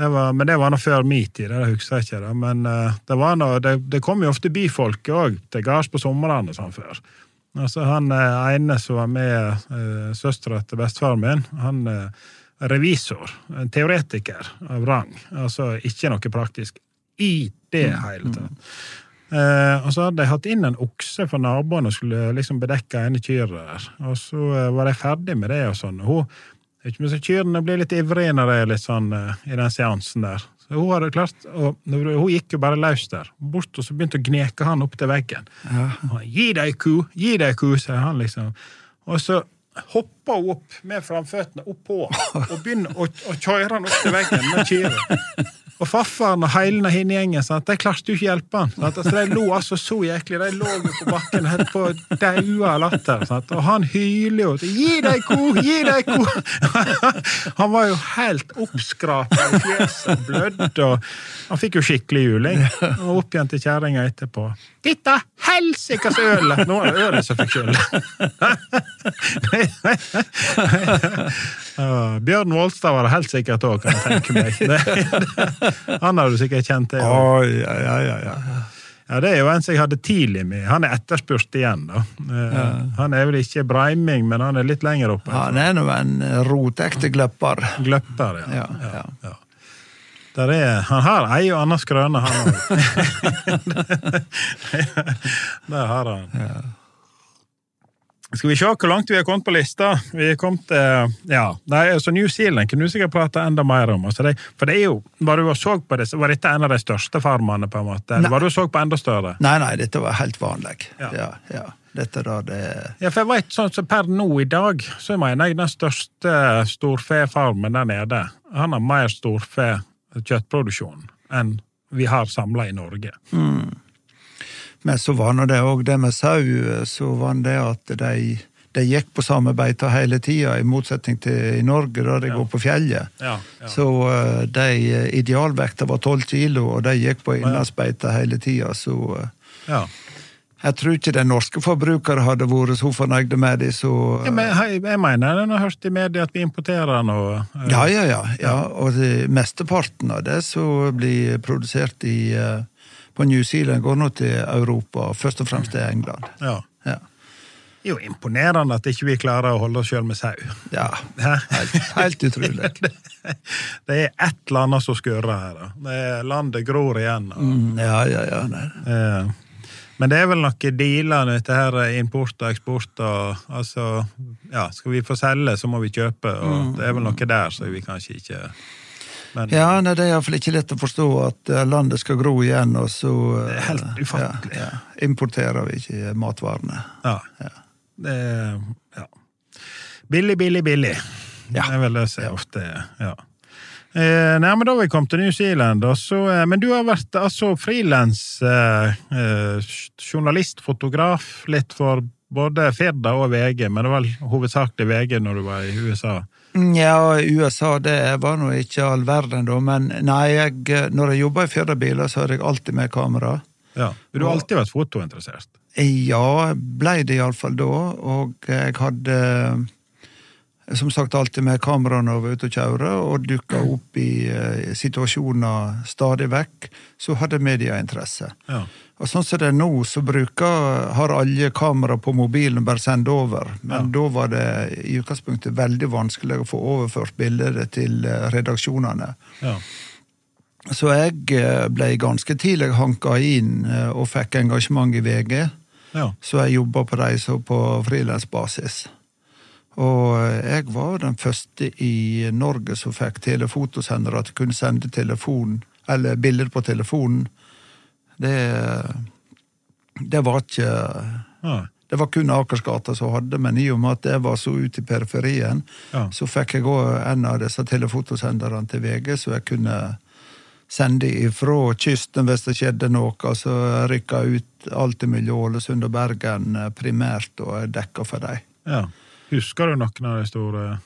det var, Men det var nå før min tid, det husker jeg ikke. Da. Men eh, det, var nå- det, det kom jo ofte byfolk òg til gards på somrene og sånn før. Altså han eh, ene som var med uh, søstera til bestefaren min, han eh, er revisor, en teoretiker av rang. Altså ikke noe praktisk i det hele tatt. Eh, og så hadde de hatt inn en okse fra naboen og skulle liksom bedekke ene kyret der. Og så eh, var de ferdig med det og sånn. Og hun, det er ikke mye så kyrne blir litt ivrige når det er litt sånn eh, i den seansen der. Så hun hadde klart, og når- hun gikk jo bare løs der. Bort, og så begynte å gneke han opp til veggen. Og han, Gi deg ku, gi deg ku, sier han liksom. Og så hopper hun opp med framføttene opp på han, og begynner å, å kjøre han opp til veggen med kyret. Og farfaren og heilen og henne gjengen, sant? de klarte jo ikke å hjelpe han. Sant? Altså, de lo altså så jæklig. De lå jo på bakken helt på daua av latter. Sant? Og han hyler jo. til, 'Gi deg ko! Gi deg ko!' Han var jo helt oppskrapa i fjeset, blødd, og han fikk jo skikkelig juling. Og opp igjen til kjerringa etterpå. 'Dette helsikas ølet!' Nå er det ølet som fikk skyld. Ja, Bjørn Walstad var det helt sikkert òg, kan jeg tenke meg. Det- Han har du sikkert kjent til. Ja, Oi, ja, ja, ja, ja. det er jo en som jeg hadde tidlig med. Han er etterspurt igjen, da. Eh, Han er vel ikke breiming, men han er litt lenger oppe. Han er nå en rotekte eh, gløpper. Gløpper, ja. Ja, ja. ja. Der er, han har ei og anna skrøne, han òg. Der har han. Skal vi se hvor langt vi har kommet på lista? Vi er kommet til ja, nei, så New Zealand kunne du sikkert prate enda mer om. Altså det, for det er jo, Var du og så på det, var dette en av de største farmene? på en måte? Eller Nei. var du og så på enda større? Nei, nei, dette var helt vanlig. Ja. Ja, ja. Dette da, det Ja, for jeg vet, sånn som Per nå i dag, så mener jeg den største eh, storfefarmen der nede Han har mer storfekjøttproduksjon enn vi har samla i Norge. Men så var nå det òg det med sau, så var det at de, de gikk på samme beita hele tida, i motsetning til i Norge, da de går på fjellet. Ja, ja. Så eh, de idealvekta var tolv kilo, og de gikk på innlandsbeita hele tida, så eh, Ja. jeg tror ikke de norske forbrukere hadde vært så fornøyde med det, så Ja, men jeg, jeg mener jeg har hørt i media at vi importerer noe. eh, Ja, ja, ja. ja. Og det, mesteparten av det som blir produsert i, eh, på New Zealand, går nå til Europa, først og fremst til England. Ja. Ja, Det er jo imponerende at ikke vi klarer å holde oss sjøl med sau. ja. Hæ? Helt, helt utrolig. Det er et eller annet som skurrer her. da. Det er landet gror igjen. Og, Mm, Ja, ja, ja. Nei. eh, men det er vel noen dealer, dette her eh, import og eksport og altså Ja, skal vi få selge, så må vi kjøpe, og det er vel noe der som vi kanskje ikke Men Ja, nei, Det er iallfall ikke lett å forstå at eh, landet skal gro igjen, og så eh, er helt ufattelig. Ja, ja. Importerer vi ikke matvarene. ja. Det er ja. Billig, billig, billig. Ja. Det er vel det som er ofte ja. Eh, nei, men Da har vi kommet til New Zealand. Og så, eh, men du har vært altså, frilans eh, eh, journalist, fotograf, litt for både Firda og VG, men det var vel hovedsakelig VG når du var i USA. Mm, Ja, USA det var nå ikke all verden, da. Men nei, jeg, eh, når jeg jobba i Firdabiler, så hadde jeg alltid med kamera. Ja. Du har alltid vært fotointeressert. Ja, blei det iallfall da. Og jeg hadde eh, som sagt alltid med kamera når jeg var ute og kjøre, og dukka opp i eh, situasjoner stadig vekk. Så hadde media interesse. Ja. Og sånn som det er nå, så bruker, har alle kamera på mobilen og bare sender over. Men da var det i utgangspunktet veldig vanskelig å få overført bildet til eh, redaksjonene. Ja. Så jeg eh, ble ganske tidlig hanka inn eh, og fikk engasjement i VG. Ja. Så jeg jobba på de så på frilansbasis. Og eh, jeg var den første i Norge som fikk telefotosendere, at du kunne sende telefon, eller bilder på telefonen. Det, eh, det var ikke Ja. Det var kun Akersgata som hadde, men i og med at jeg var så ute i periferien, Ja. så fikk jeg òg en av disse telefotosenderne til VG, så jeg kunne sende ifra kysten hvis det skjedde noe. Så jeg rykka ut alt mellom Ålesund og Bergen eh, primært, og jeg dekka for dem. ja. Husker du noen av de store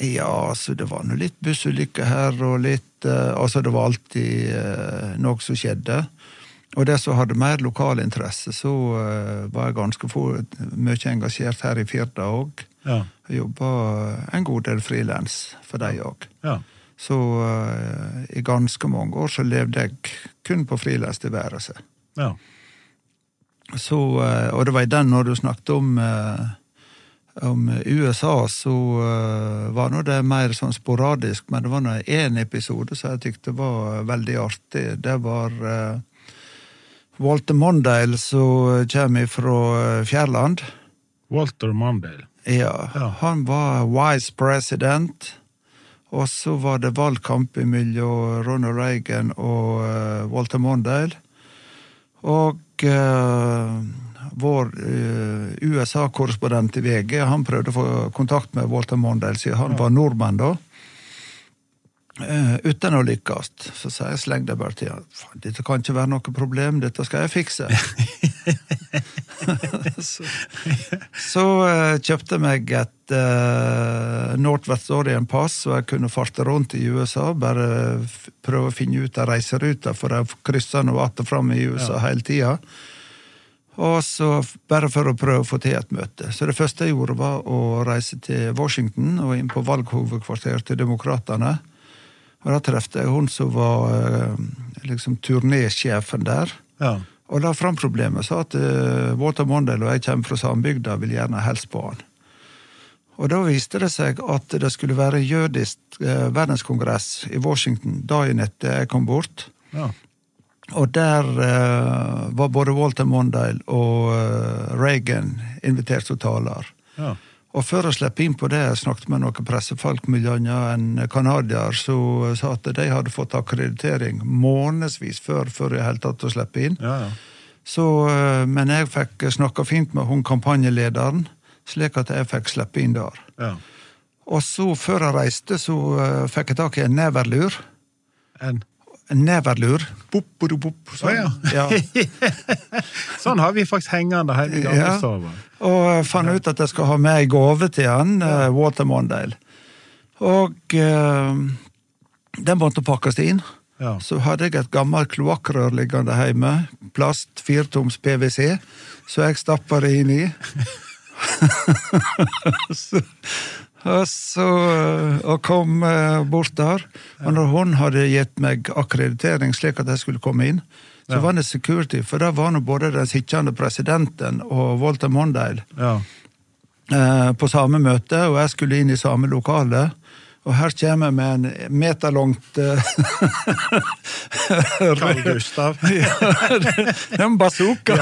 Ja, så det var nå litt bussulykker her og litt eh, Altså, det var alltid eh, noe som skjedde. Og det som hadde mer lokal interesse, så eh, var jeg ganske få, mye engasjert her i Firda òg. Ja. Jeg jobba en god del frilans for dem òg. ja. Så eh, i ganske mange år så levde jeg kun på frilanstilværelse. ja. Så, eh, og det var i den når du snakket om, eh, om USA, så eh, var nå det mer sånn sporadisk, men det var nå én episode som jeg tykte var veldig artig. Det var eh, Walter Mondale som kommer fra eh, Fjærland. Walter Mondale. Ja, Ja. han var vice president. Og så var det valgkamp mellom Ronald Reagan og eh, Walter Mondale. Og eh, vår eh, USA-korrespondent i VG han prøvde å få kontakt med Walter Mondale, siden han var nordmann da. Eh, uten å lykkes. Så sa jeg sleng deg bare til han. «Faen, Dette kan ikke være noe problem, dette skal jeg fikse. så, så eh, kjøpte jeg meg et uh, Northwest Orient-pass, så jeg kunne farte rundt i USA. Bare f prøve å finne ut av reiseruta, for jeg kryssa nå att og fram i USA hele tida. Og så f- Bare for å prøve å få til et møte. Så det første jeg gjorde, var å reise til Washington og inn på valghovedkvarteret til Demokratene. Og da traff jeg hun som var eh, liksom turnésjefen der. Ja. Og la fram problemet, sa at eh, Walter Mondale og jeg kommer fra sambygda, vil gjerne hilse på han. Og da viste det seg at det skulle være jødisk eh, verdenskongress i Washington dagen etter jeg kom bort. Ja. Og der eh, var både Walter Mondale og eh, Reagan invitert som taler. Ja. Og før jeg slapp inn på det, jeg snakket med noen pressefolk, bl.a. en canadier, som sa at de hadde fått akkreditering månedsvis før, før jeg i hele tatt å slippe inn. Ja, ja. Så, eh, men jeg fikk snakka fint med hun kampanjelederen, slik at jeg fikk slippe inn der. ja. Og så, før jeg reiste, så eh, fikk jeg tak i en neverlur. En. En neverlur. Bop, bop, bop, Å, ja. Sånn har vi faktisk hengende her i Ja. gamlestova. Og jeg fant ut at jeg skal ha med en gave til han, eh, Walter Mondale. Og eh, den måtte pakkes inn. Ja. Så hadde jeg et gammelt kloakkrør liggende hjemme, plast, firetoms PVC, så jeg stappa det inn i. så, og så eh, og kom eh, bort der. Og når hun hadde gitt meg akkreditering slik at jeg skulle komme inn, så var det security, for der var nå både den sittende presidenten og Walter Mondale Ja. eh, på samme møte, og jeg skulle inn i samme lokale. Og her kommer jeg med en meterlangt eh, Carl Gustav. Det er en bazooka!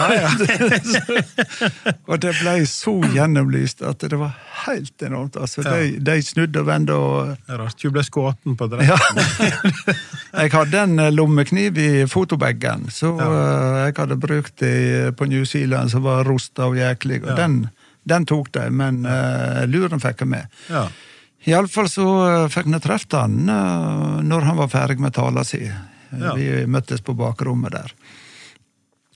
og det ble så gjennomlyst at det var helt enormt. Altså, de, de snudde og vendte og Det er Rart du ble skutt på det. ja. Jeg hadde en eh, lommekniv i fotobagen, så eh, jeg hadde brukt det eh, på New Zealand, som var rosta og jæklig. Og den, den tok de, men eh, luren fikk jeg med. Ja. Iallfall så eh, fikk jeg truffet han eh, når han var ferdig med tala si. Eh, Ja. Vi møttes på bakrommet der.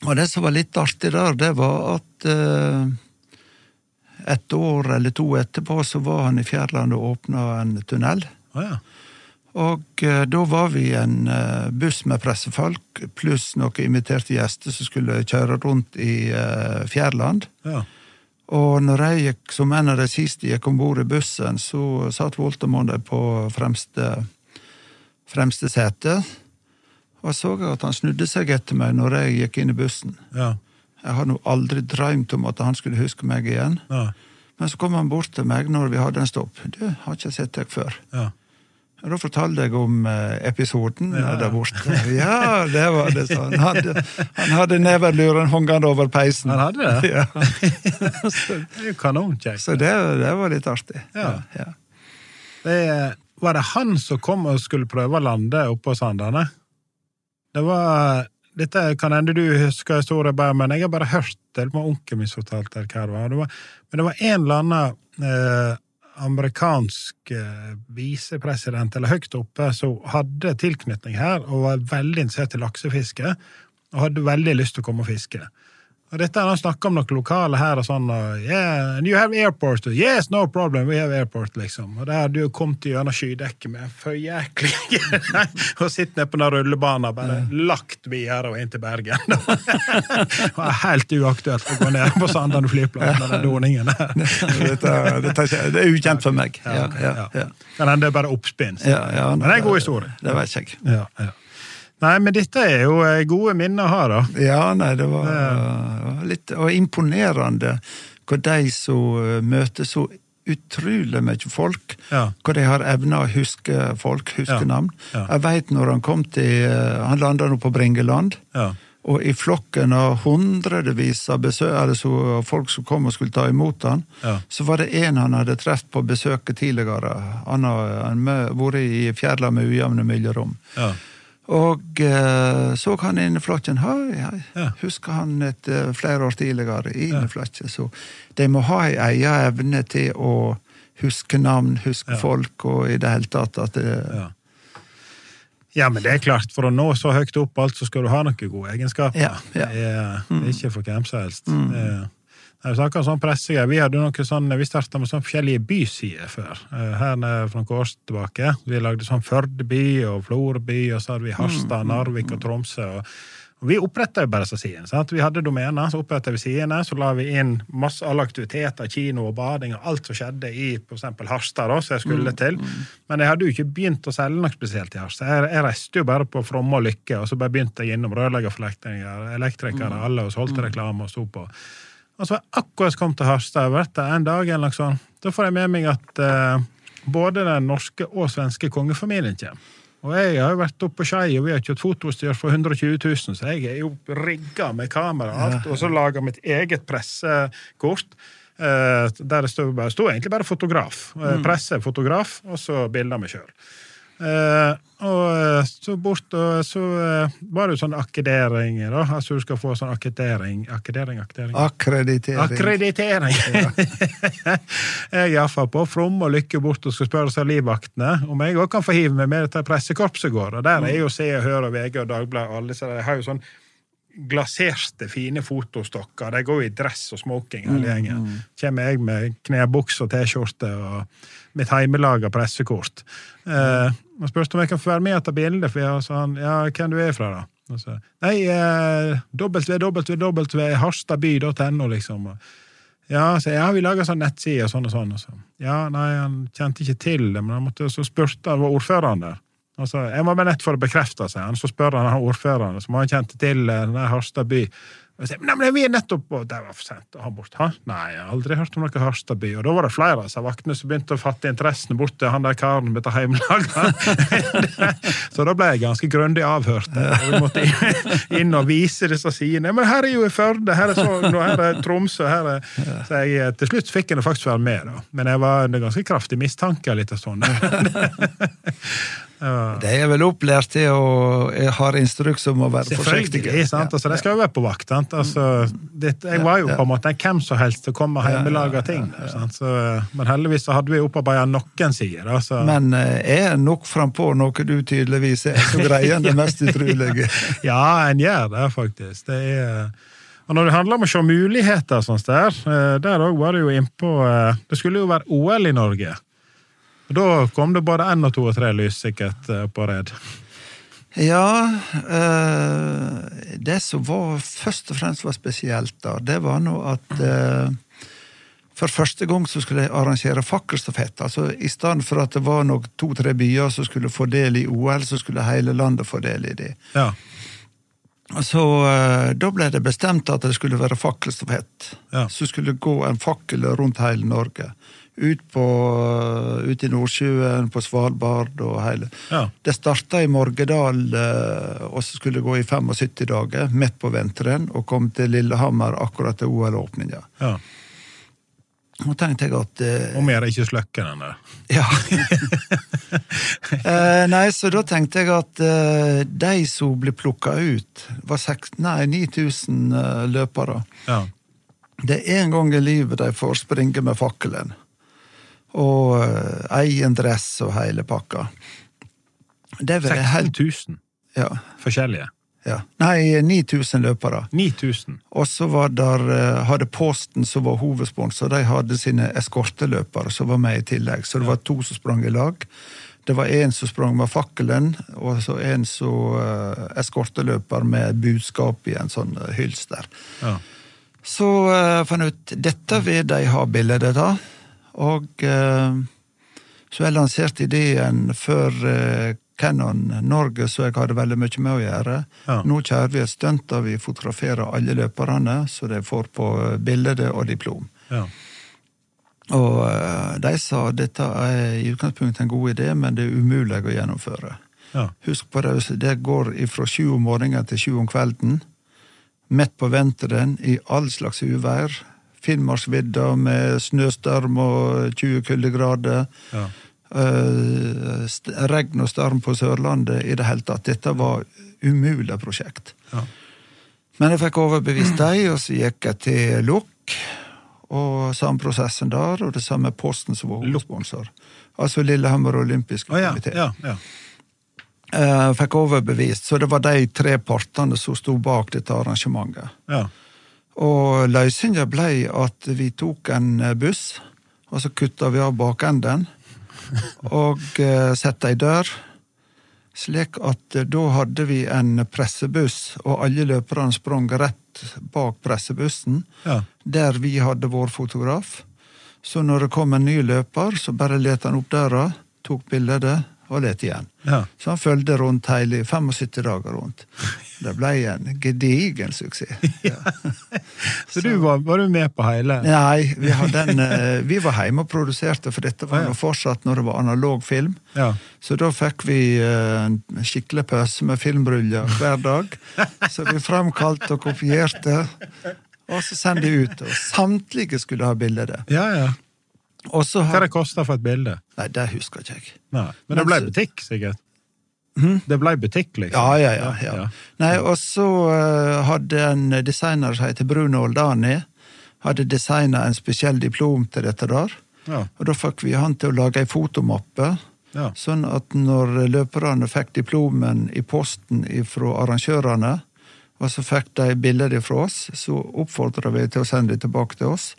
Og det som var litt artig der, det var at eh, et år eller to etterpå så var han i Fjærland og åpna en tunnel. Å, ja. Og eh, da var vi i en eh, buss med pressefolk, pluss noen inviterte gjester som skulle kjøre rundt i eh, Fjærland. Ja. Og når jeg gikk, som en av de siste gikk om bord i bussen, så satt Voltemonde på fremste, fremste sete. Og så jeg at han snudde seg etter meg når jeg gikk inn i bussen. Ja. Jeg hadde nå aldri drømt om at han skulle huske meg igjen. Ja. Men så kom han bort til meg når vi hadde en stopp. Du, har ikke jeg sett deg før. Ja. Ja, Da fortalte jeg om eh, episoden ja. der borte. Ja, det var det, sa han. Hadde, han hadde neverluren hengende over peisen. Han hadde det? Ja. Det er jo kanonkjekt. Så det, det var litt artig. Ja. Ja, ja. Det, var det han som kom og skulle prøve å lande oppå Sandane? Det var Dette kan hende du husker historien bare, men jeg har bare hørt det. Det var onkelen min som fortalte det, hva det var. Det var. Men det var en eller annen eh, amerikansk eh, visepresident, eller høyt oppe, som hadde tilknytning her og var veldig interessert i laksefiske. Og hadde veldig lyst til å komme og fiske. Og dette har han snakket om noen lokale her og sånn. Og, yeah, and you have airport. Og, yes, no problem, we have airport, liksom. Og der hadde du kommet gjennom skydekket med en føyjæklig Nei, Og sitter nede på den rullebanen bare Mm. lagt videre og inn til Bergen. det var helt uaktuelt å gå ned på Sandane flyplass med den doningen der. Dette, dette, det er ukjent for meg. Ja, ja, ja. Men det er bare oppspinn. så. Ja, ja, Men det er en god historie. Det vet jeg. Ja, ja. Nei, men dette er jo eh, gode minner å ha, da. Ja, nei, det var, var litt og imponerende hvor de som eh, møter så utrolig mye folk, Ja. hvor de har evna å huske folk, huske Ja. navn. Ja. Jeg veit når han kom til eh, Han landa nå på Bringeland. Ja. Og i flokken av hundrevis av besøkere, så folk som kom og skulle ta imot han, Ja. så var det en han hadde truffet på besøket tidligere. Han har han har vært i Fjærland med ujevne mellomrom. Ja. Og eh, så han inn i flokken. Hei, hei. Ja. Husker han et, eh, flere år tidligere inn i flokken. Så de må ha ei eia evne til å huske navn, huske folk, og i det hele tatt at eh, det, Ja. Ja, men det er klart. For å nå så høyt opp alt, så skal du ha noen gode egenskaper. Ja, ja. Mm. Det er- det er ikke for hvem som helst. Det er- Når vi snakker om sånn pressegreier, vi hadde noe sånn, vi starta med sånn forskjellige bysider før. Eh, Her nede for noen år tilbake. Vi lagde sånn Førdeby og Florøby, og så hadde vi Mm, Harstad, Narvik og Tromsø. og og vi oppretta jo bare så siden. sant? Vi hadde domener, så oppretta vi sidene. Så la vi inn masse alle aktiviteter, kino og bading og alt som skjedde i for eksempel Harstad, da, som jeg skulle til. Men jeg hadde jo ikke begynt å selge noe spesielt i Harstad. Jeg, jeg reiste jo bare på Fromme og Lykke, og så bare begynte jeg innom rørleggerforlektinger, elektrikere, alle, og solgte reklame og sto på. Og så var jeg akkurat kommet til Harstad. Jeg vet det, en dag eller noe sånt. Da får jeg med meg at eh, både den norske og svenske kongefamilien kommer. Og jeg har jo vært oppe på Skei, og vi har kjøpt fotostyr for 120 000, så jeg er jo rigga med kamera og alt, og så lager mitt eget pressekort. eh, Der det stod, bare- stod egentlig bare fotograf. Eh, Presse, fotograf, og så bilder meg sjøl. Eh, og eh, så bort og så eh, var det jo sånn akkedering, da. Altså du skal få sånn akkedering, akkedering, akkedering. Akkreditering. Akkreditering! jeg er iallfall på from og lykke bort og skal spørre salivaktene om jeg òg kan få hive meg med dette pressekorpset går. Og der er jo Se og Hør og VG og Dagbladet og alle så de har jo sånn glaserte, fine fotostokker. De går jo i dress og smoking hele gjengen. Kommer jeg med knebuks og T-skjorte og mitt heimelaga pressekort. Eh, og spørs om jeg kan få være med og ta bilde, for jeg sa han, ja, hvem du er fra da? Og så, Nei, eh, www.harstadby.no, liksom. Og, ja, så, ja, vi lager sånn nettside og sånn og sånn. Og så. Ja, nei, han kjente ikke til det, men han måtte, så spurte han var ordføreren der. Og så, jeg var med nett for å bekrefte seg. Han, så spør han han ordføreren, som han kjente til eh, den der Harstad by. Og jeg sier, nei, men vi er nettopp og Der var for sent. Og han bort, Hæ? Nei, jeg har aldri hørt om noe Harstad by. Og da var det flere altså. av vaktene som begynte å fatte interessen bort til han der karen med dette heimelaget. så da ble jeg ganske grundig avhørt. Og vi måtte inn- inn og vise disse sidene. Men her er jo i Førde, her er Sogn, og her er Tromsø. Her er... Så jeg, eh, til slutt fikk jeg faktisk være med, da. Men jeg var under ganske kraftig mistanke. litt av sånn. De er vel opplært til å har instruks om å være forsiktige. Selvfølgelig, sant? Altså, de skal jo være på vakt. Sant? Altså, det, jeg var jo på en måte en hvem som helst som kom og hjemmelaga ting. Sant? Så, eh, men heldigvis så hadde vi opparbeida noen sider. da, så- Men eh, jeg er nok frampå noe du tydeligvis er, så greier en det mest utrolige. ja, en gjør det, faktisk. Det er, og når det handler om å se muligheter, og sånt der, eh, der òg var det jo innpå eh, Det skulle jo være OL i Norge. Og Da kom det både én og to og tre lys sikkert eh, på red. Ja, eh, det som var først og fremst var spesielt da, det var nå at eh, for første gang så skulle jeg arrangere fakkelstafett. Altså i stedet for at det var nok to-tre byer som skulle få del i OL, så skulle hele landet få del i det. Ja, Så eh, da ble det bestemt at det skulle være fakkelstafett. Ja. Så skulle det gå en fakkel rundt hele Norge. Ut, på, eh, ut i Nordsjøen, på Svalbard og hele. Ja. Det starta i Morgedal eh, og så skulle det gå i 75 dager, midt på vinteren, og kom til Lillehammer akkurat til OL-åpninga. ja. Nå tenkte jeg at eh, Om jeg ikke slukker den der. ja. eh, nei, så da tenkte jeg at eh, de som ble plukka ut, var seks- nei, 9000 eh, løpere. Ja. Det er en gang i livet de får springe med fakkelen. Og eh, egen dress og hele pakka. Det var helt 16 000 ja, forskjellige. ja. Nei, 9000 løpere. 9000. Og så var der, eh, hadde Posten, som var hovedsponsor, de hadde sine eskorteløpere som var med i tillegg. Så det var to som sprang i lag. Det var en som sprang med fakkelen, og så en som eh, eskorteløper med budskap i en sånn eh, hylster. Ja. Så uh, fant jeg ut dette vil de ha bilde av. Og eh, så jeg lanserte ideen før eh, Canon Norge, så jeg hadde veldig mye med å gjøre. Ja. Nå kjører vi et stunt der vi fotograferer alle løperne, så de får på bilde og diplom. Ja. Og eh, de sa dette er i utgangspunktet en god idé, men det er umulig å gjennomføre. Ja. Husk på det, det går fra sju om morgenen til sju om kvelden. Midt på vinteren, i all slags uvær. Finnmarksvidda med snøstorm og 20 kuldegrader. Ja. Eh, st- regn og storm på Sørlandet i det hele tatt. Dette var umulig prosjekt. Ja. Men jeg fikk overbevist dem, og så gikk jeg til Lukk. Og samme prosessen der, og det samme posten som var hovedsponsor. Altså Lillehammer olympiske Å ja, komité. ja, ja. Eh, fikk overbevist. Så det var de tre partene som sto bak dette arrangementet. ja. Og løsninga ble at vi tok en eh, buss, og så kutta vi av bakenden. Og eh, satte ei dør, slik at eh, da hadde vi en pressebuss, og alle løperne sprang rett bak pressebussen, Ja. der vi hadde vår fotograf. Så når det kom en ny løper, så bare let han opp døra, tok bildet og lette igjen. Ja. Så han fulgte rundt hele 75 dager rundt. Det ble en gedigen suksess. Så du var, var du med på hele? Nei, vi, hadde en, eh, vi var hjemme og produserte, for dette var nå fortsatt når det var analog film. Ja. Så da fikk vi eh, en skikkelig pøse med filmruller hver dag. Så vi fremkalte og kopierte, og så sendte de ut. Og samtlige skulle ha bilde av det. Ja, ja. Og så Hva har- det kosta for et bilde? Nei, det husker ikke jeg. Nei. Men det ble Men så- Hm? butikk, sikkert? Det ble butikk, liksom? Ja, ja, ja. ja. Ja. Nei, og så eh, hadde en designer som heter Bruno Oldani, hadde designa en spesiell diplom til dette der. Ja. Og da fikk vi han til å lage ei fotomappe. Ja. Sånn at når løperne fikk diplomen i posten fra arrangørene, og så fikk de bilder fra oss, så oppfordra vi til å sende det tilbake til oss.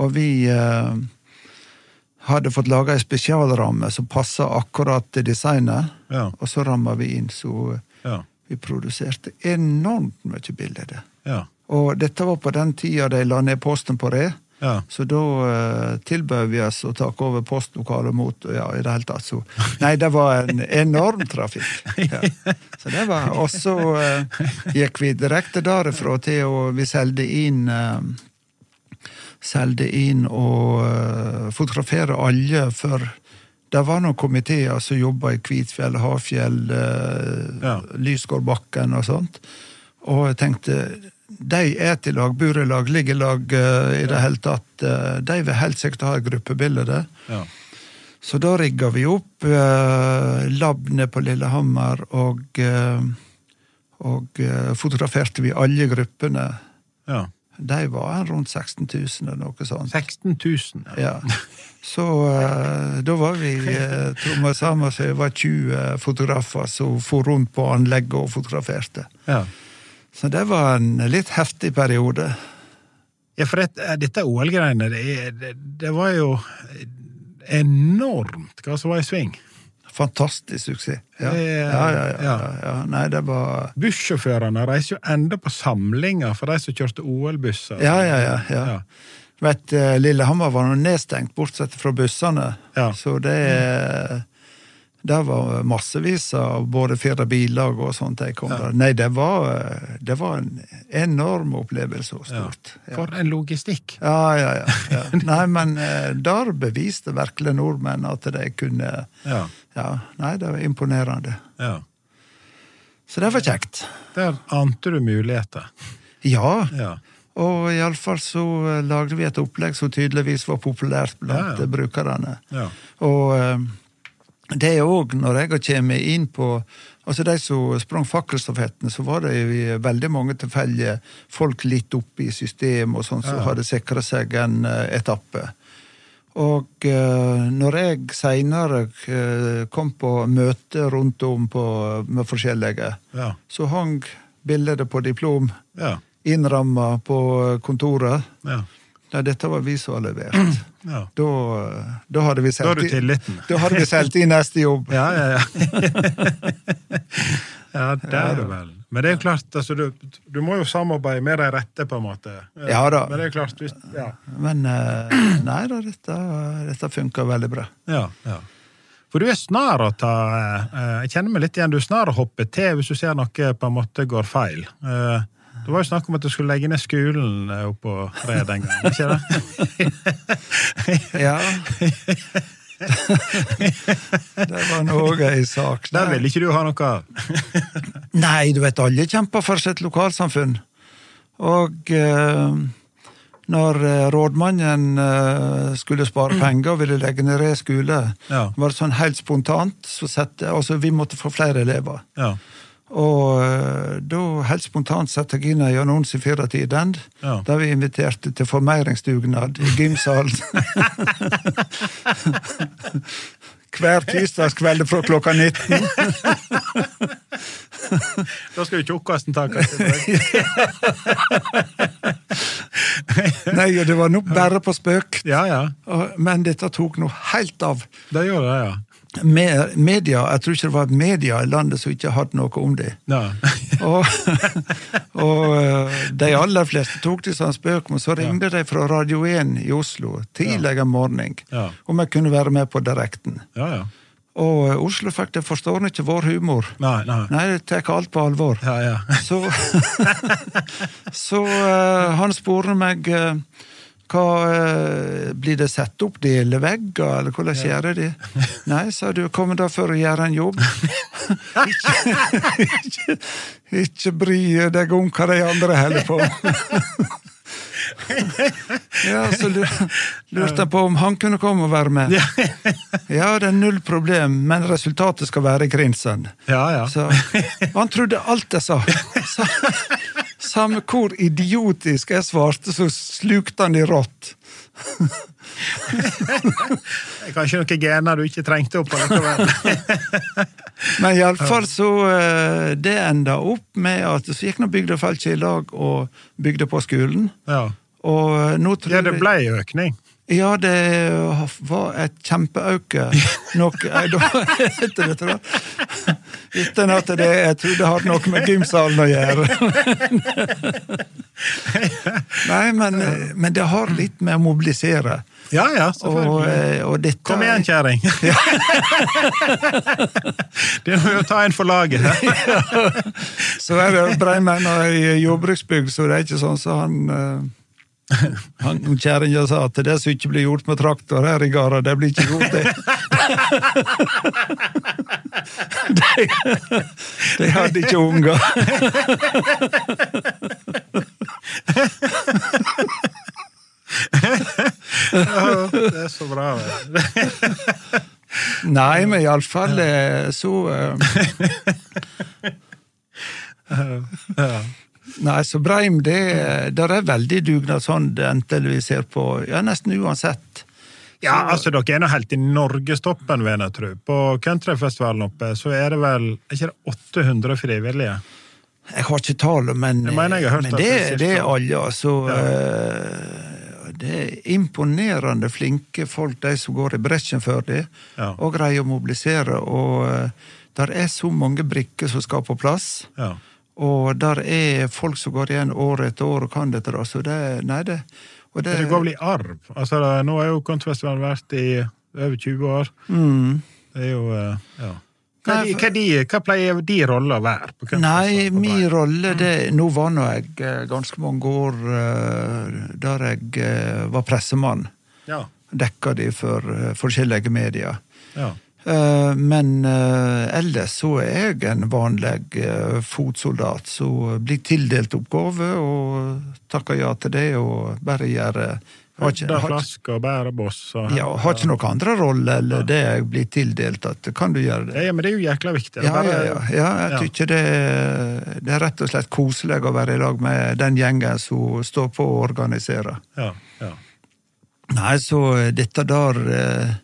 Og vi eh, hadde fått laga ei spesialramme som passa akkurat til designet, Ja. og så ramma vi inn. Så eh, Ja. vi produserte enormt mye bilder. av det. ja. Og dette var på den tida de la ned posten på Re. Ja. Så da eh, tilbød vi oss å ta over postlokalet mot ja, i det hele tatt. Så, nei, det var en enorm trafikk. Ja. Så det var, Og så eh, gikk vi direkte derifra til å Vi solgte inn eh, Solgte inn og eh, fotografere alle for det var noen komiteer som jobba i Kvitfjell, Hafjell, eh, Ja. Lysgårdbakken og sånt. Og jeg tenkte de er til lag, bor i lag, ligger i lag eh, i det hele tatt. eh, de vil helt sikkert ha et gruppebilde. der. ja. Så da rigga vi opp uh, lab nede på Lillehammer, og, eh, og eh, fotograferte vi alle gruppene. ja. De var rundt 16 000 eller noe sånt. 16 000. Ja. Ja. Så eh, da var vi uh, Trommer sammen, så det var 20 fotografer som for rundt på anlegget og fotograferte. Ja. Så det var en litt heftig periode. ja, for dette, eh, dette OL-greiene, det, er- det, det var jo enormt hva som var i sving. Fantastisk suksess. Ja, Ja, ja, ja, ja. ja, ja. ja, ja. Nei, det var Bussjåførene reiser jo enda på samlinger for de som kjørte OL-busser. Ja, ja, ja. ja. Ja. Vet, eh, Lillehammer var nå nedstengt, bortsett fra bussene. Ja. Så det eh, Der var massevis av både firerbilag og sånt. Jeg kom der. Nei, det var, eh, det var en enorm opplevelse og stort. Ja. For en logistikk! Ja, ja, ja. ja. Nei, men eh, der beviste virkelig nordmenn at de kunne Ja. ja. Nei, det var imponerende. Ja. Så det var kjekt. Der ante du muligheter. Ja. Ja. Og iallfall så eh, lagde vi et opplegg som tydeligvis var populært blant Ja, ja. eh, brukerne. Ja. Og eh, det er òg, når jeg har kommet inn på Altså, de som sprang fakkelstafetten, så var det jo i veldig mange tilfeller folk litt oppe i systemet og sånn som hadde sikra seg en eh, etappe. Og eh, når jeg seinere kom på møter rundt om på, med forskjellige, Ja. så hang bildet på diplom Ja. innramma på eh, kontoret. Ja. Nei, dette var vi som har levert. Ja. Da, eh, da hadde vi Mm. Da har du i- tilliten. Da hadde vi solgt i neste jobb. Ja, ja, ja. ja, det er det vel. Men det er jo klart, altså, du, du må jo samarbeide med de rette, på en måte. Ja da. Men det er jo klart, hvis, ja. Men eh, nei da, dette, dette funka veldig bra. Ja, ja. For du er snar å ta eh, eh, Jeg kjenner meg litt igjen. Du er snar å hoppe til hvis du ser noe på en måte går feil. Eh, Det var jo snakk om at du skulle legge ned skolen eh, oppå tre den gangen. ikke det? Ja. det var noe ei sak. Der ville ikke du ha noe av. Nei, du vet, alle kjemper for sitt lokalsamfunn. Og eh, når eh, rådmannen eh, skulle spare penger og ville legge ned Re skole, Mm. Ja. var det sånn helt spontant. Så sette, altså, vi måtte få flere elever. Ja, Og eh, da helt spontant satte jeg inn en annonse i Firatiden, Ja. der vi inviterte til formeringsdugnad i gymsalen. Hver tirsdagskveld fra klokka 19. Da skal jo tjukkasen ta kanskje. Nei, og det var nå bare på spøk. Ja, ja. Og- Men dette tok nå helt av. Det gjorde det, ja. Me- Media, Jeg tror ikke det var media i landet som ikke hadde noe om det. ja. Og, og eh, de aller fleste tok det som en spøk, men så ringte de fra Radio 1 i Oslo tidlig en morgen Ja. om jeg kunne være med på direkten. Ja, ja. Og eh, Oslo fikk det forstår ikke vår humor. Nei, nei. Nei, de tar alt på alvor. Ja, ja. Så, så eh, han spurte meg eh, hva eh, Blir det satt opp delevegger, eller hvordan gjør jeg det? Nei, sa du, kommer da for å gjøre en jobb. ikke, ikke, ikke bry deg om hva de andre holder på med. ja, så lu- lurte jeg på om han kunne komme og være med. Ja, det er null problem, men resultatet skal være i Grinsen. Ja, ja. Så, og han trodde alt jeg sa. Så, samme hvor idiotisk jeg svarte, så slukte han i rått. Kanskje noen gener du ikke trengte opp allikevel. Men iallfall så eh, Det enda opp med at så gikk nå bygda og Feltje i lag og bygde på skolen. Ja. Og eh, nå tror ja, det jeg- ble økning. Ja, det var et kjempeauke. Nok ei da etter det, tror jeg. Uten at det jeg trodde hadde noe med gymsalen å gjøre. Nei, men, men det har litt med å mobilisere. Ja, ja, Og, selvfølgelig. eh, og dette Kom igjen, kjerring! Det må jo ta en for laget. her. Så er det Breimenna i jordbruksbygd, så det er ikke sånn som han eh, han Kjerringa sa at det som ikke blir gjort med traktor her i gården, det blir ikke gjort, det. De, de hadde ikke unger. Det er så bra. vel. Nei, men iallfall så eh, Nei, så Breim, det der er veldig sånn, dugnadsånd, enten vi ser på ja, nesten uansett. Ja, altså, Dere er nå helt i norgestoppen, vil jeg tro. På countryfestivalen oppe så er det vel er ikke det 800 frivillige. Jeg har ikke tallet, men, Jeg mener, jeg har hørt men at det, det er det er cirka- alle. Altså, eh, det er imponerende flinke folk, de som går i bresjen for det, Ja. og greier å mobilisere. Og eh, der er så mange brikker som skal på plass. Ja. Og der er folk som går igjen år etter år og kan dette. da, Så det, nei, det, og det, Men Det går vel i arv. Altså, det- nå har jo countryfestivalen vært i over 20 år. Mm. Det er jo eh, ja. Hva, er de, hva, er de, hva pleier de rolle å være? på Nei, countryfestivalen på min Breim? rolle det, Mm. Nå var nå jeg eh, ganske mange år eh, der jeg eh, var pressemann. Ja, dekka de for eh, forskjellige medier. ja. Eh, Men eh, ellers så er jeg en vanlig eh, fotsoldat som blir tildelt oppgaver og takker ja til det og bare gjør eh, har ikke- Da har ikke- flaske og bæreboss og Ja, har ikke noen andre rolle eller det jeg blir tildelt at kan du gjøre det. Ja, men det er jo jækla viktig. Ja, Bare- ja, ja. ja jeg ja. tykker det, er- det er rett og slett koselig å være i lag med den gjengen som står på og organiserer. Ja, ja. Nei, så eh, dette der eh,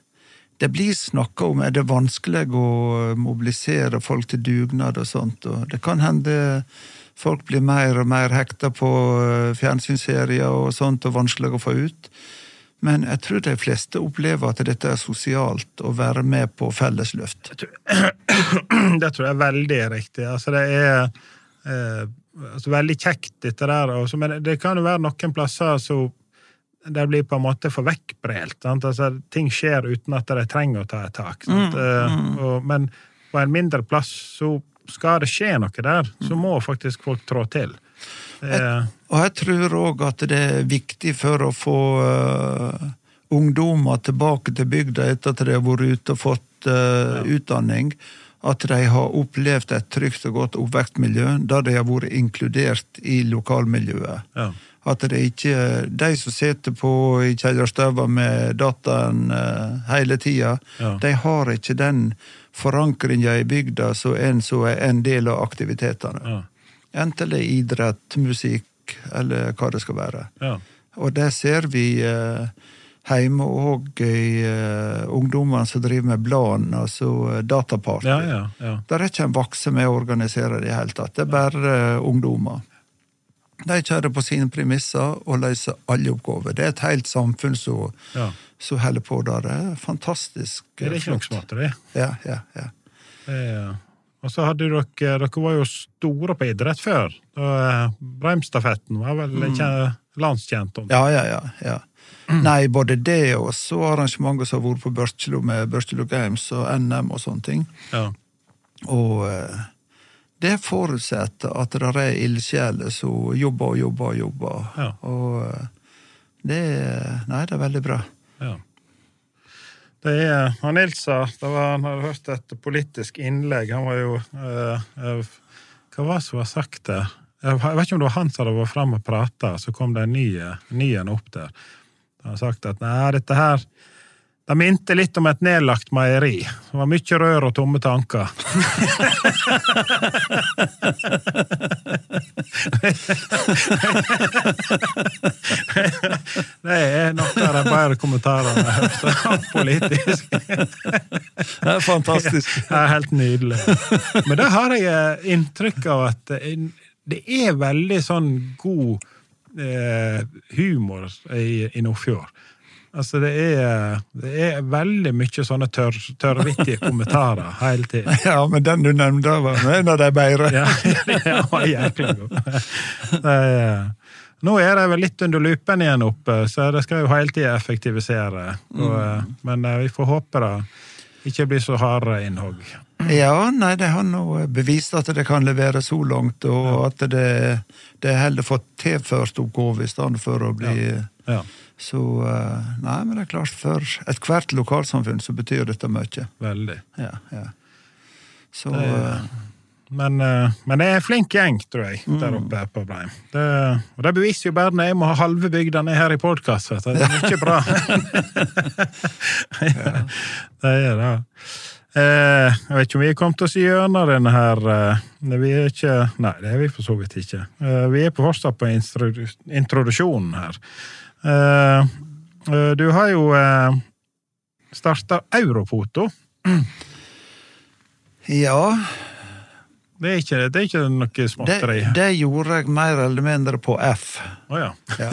Det blir snakka om er det vanskelig å eh, mobilisere folk til dugnad og sånt. Og det kan hende folk blir mer og mer hekta på eh, fjernsynsserier og sånt, og vanskelig å få ut. Men jeg tror de fleste opplever at dette er sosialt, å være med på fellesløft. Det tror jeg er veldig riktig. Altså, det er eh, altså, veldig kjekt, dette der. Og så- men det kan jo være noen plasser som det blir på en måte for vekkbrelt. Sant? Altså, ting skjer uten at de trenger å ta et tak. Sant? Eh, og, men på en mindre plass så skal det skje noe der, så må faktisk folk trå til. Eh, Det er- Og jeg tror òg at det er viktig for å få eh, ungdommer tilbake til bygda etter at de har vært ute og fått eh, utdanning, at de har opplevd et trygt og godt oppvekstmiljø der de har vært inkludert i lokalmiljøet. Ja. At det ikke De som sitter på i kjellerstøva med dataen eh, hele tida, Ja. de har ikke den forankringa i bygda som en som er en del av aktivitetene. Ja. Enten det er idrett, musikk eller hva det skal være. Ja. Og det ser vi eh, hjemme òg i eh, ungdommene som driver med bladene, altså eh, dataparty. Ja, ja, ja. Der er ikke en voksen med å organisere det i det hele tatt. Det er bare eh, ungdommer. De kjører på sine premisser og løser alle oppgaver. Det er et helt samfunn som Ja. som holder på der. Det er fantastisk. Det er eh, ikke noe flott. småtteri. Ja, ja, ja. Det- Og så hadde dere Dere var jo store på idrett før. Da, eh, Breimstafetten var vel ikke Landskjent. om. Ja, ja, ja. ja. Nei, både det og så arrangementer som har vært på Børkjelo med Børkjelo Games og NM og sånne ting. Ja. Og eh, det forutsetter at det er ildsjeler som jobber og jobber og jobber. Ja. Og eh, det er- Nei, det er veldig bra. Ja. Det er, han Ilsa det var, Han hadde hørt et politisk innlegg. Han var jo eh, eh, Hva var det som var sagt der? Jeg vet ikke om det var han som hadde vært fram og prata, så kom det en ny ny en opp der. Han hadde sagt at nei, dette her det minte litt om et nedlagt meieri. Det var mye rør og tomme tanker. Det er noen av de bedre kommentarene jeg har hørt politisk. Det er fantastisk. Det er helt nydelig. Men da har jeg eh, inntrykk av at det er- det er veldig sånn god eh, humor i, i Nordfjord. Altså, det er, det er veldig mye sånne tørr, tørrvittige kommentarer hele tiden. Ja, men den du nevnte, var en av de bedre. Ja, det var jækla god. Det er- Nå er det vel litt under lupen igjen oppe, så det skal jo hele tida effektivisere. Og, eh, Men eh, vi får håpe det ikke blir så harde innhogg. Ja, nei, de har nå eh, bevist at det kan levere så langt, og at det, det heller får tilført oppgave i stedet for å bli Ja, Så eh, Nei, men det er klart, for ethvert lokalsamfunn så betyr dette mye. veldig. Ja, ja. Så eh, Men, eh, men det er en flink gjeng, tror jeg, Mm. der oppe på Breim. Det, og det beviser jo bare når jeg må ha halve bygda ned her i podkast. Det er mye bra. det er det. Eh, jeg vet ikke om vi er kommet oss gjennom denne her eh, nei, Vi er ikke Nei, det er vi for så vidt ikke. Eh, vi er på fortsatt på instru- introduksjonen her. Eh, eh, du har jo eh, starta Europoto. Ja, Det er ikke, det er ikke noe det, småtteri. det gjorde jeg mer eller mindre på F. Å ja. Ja.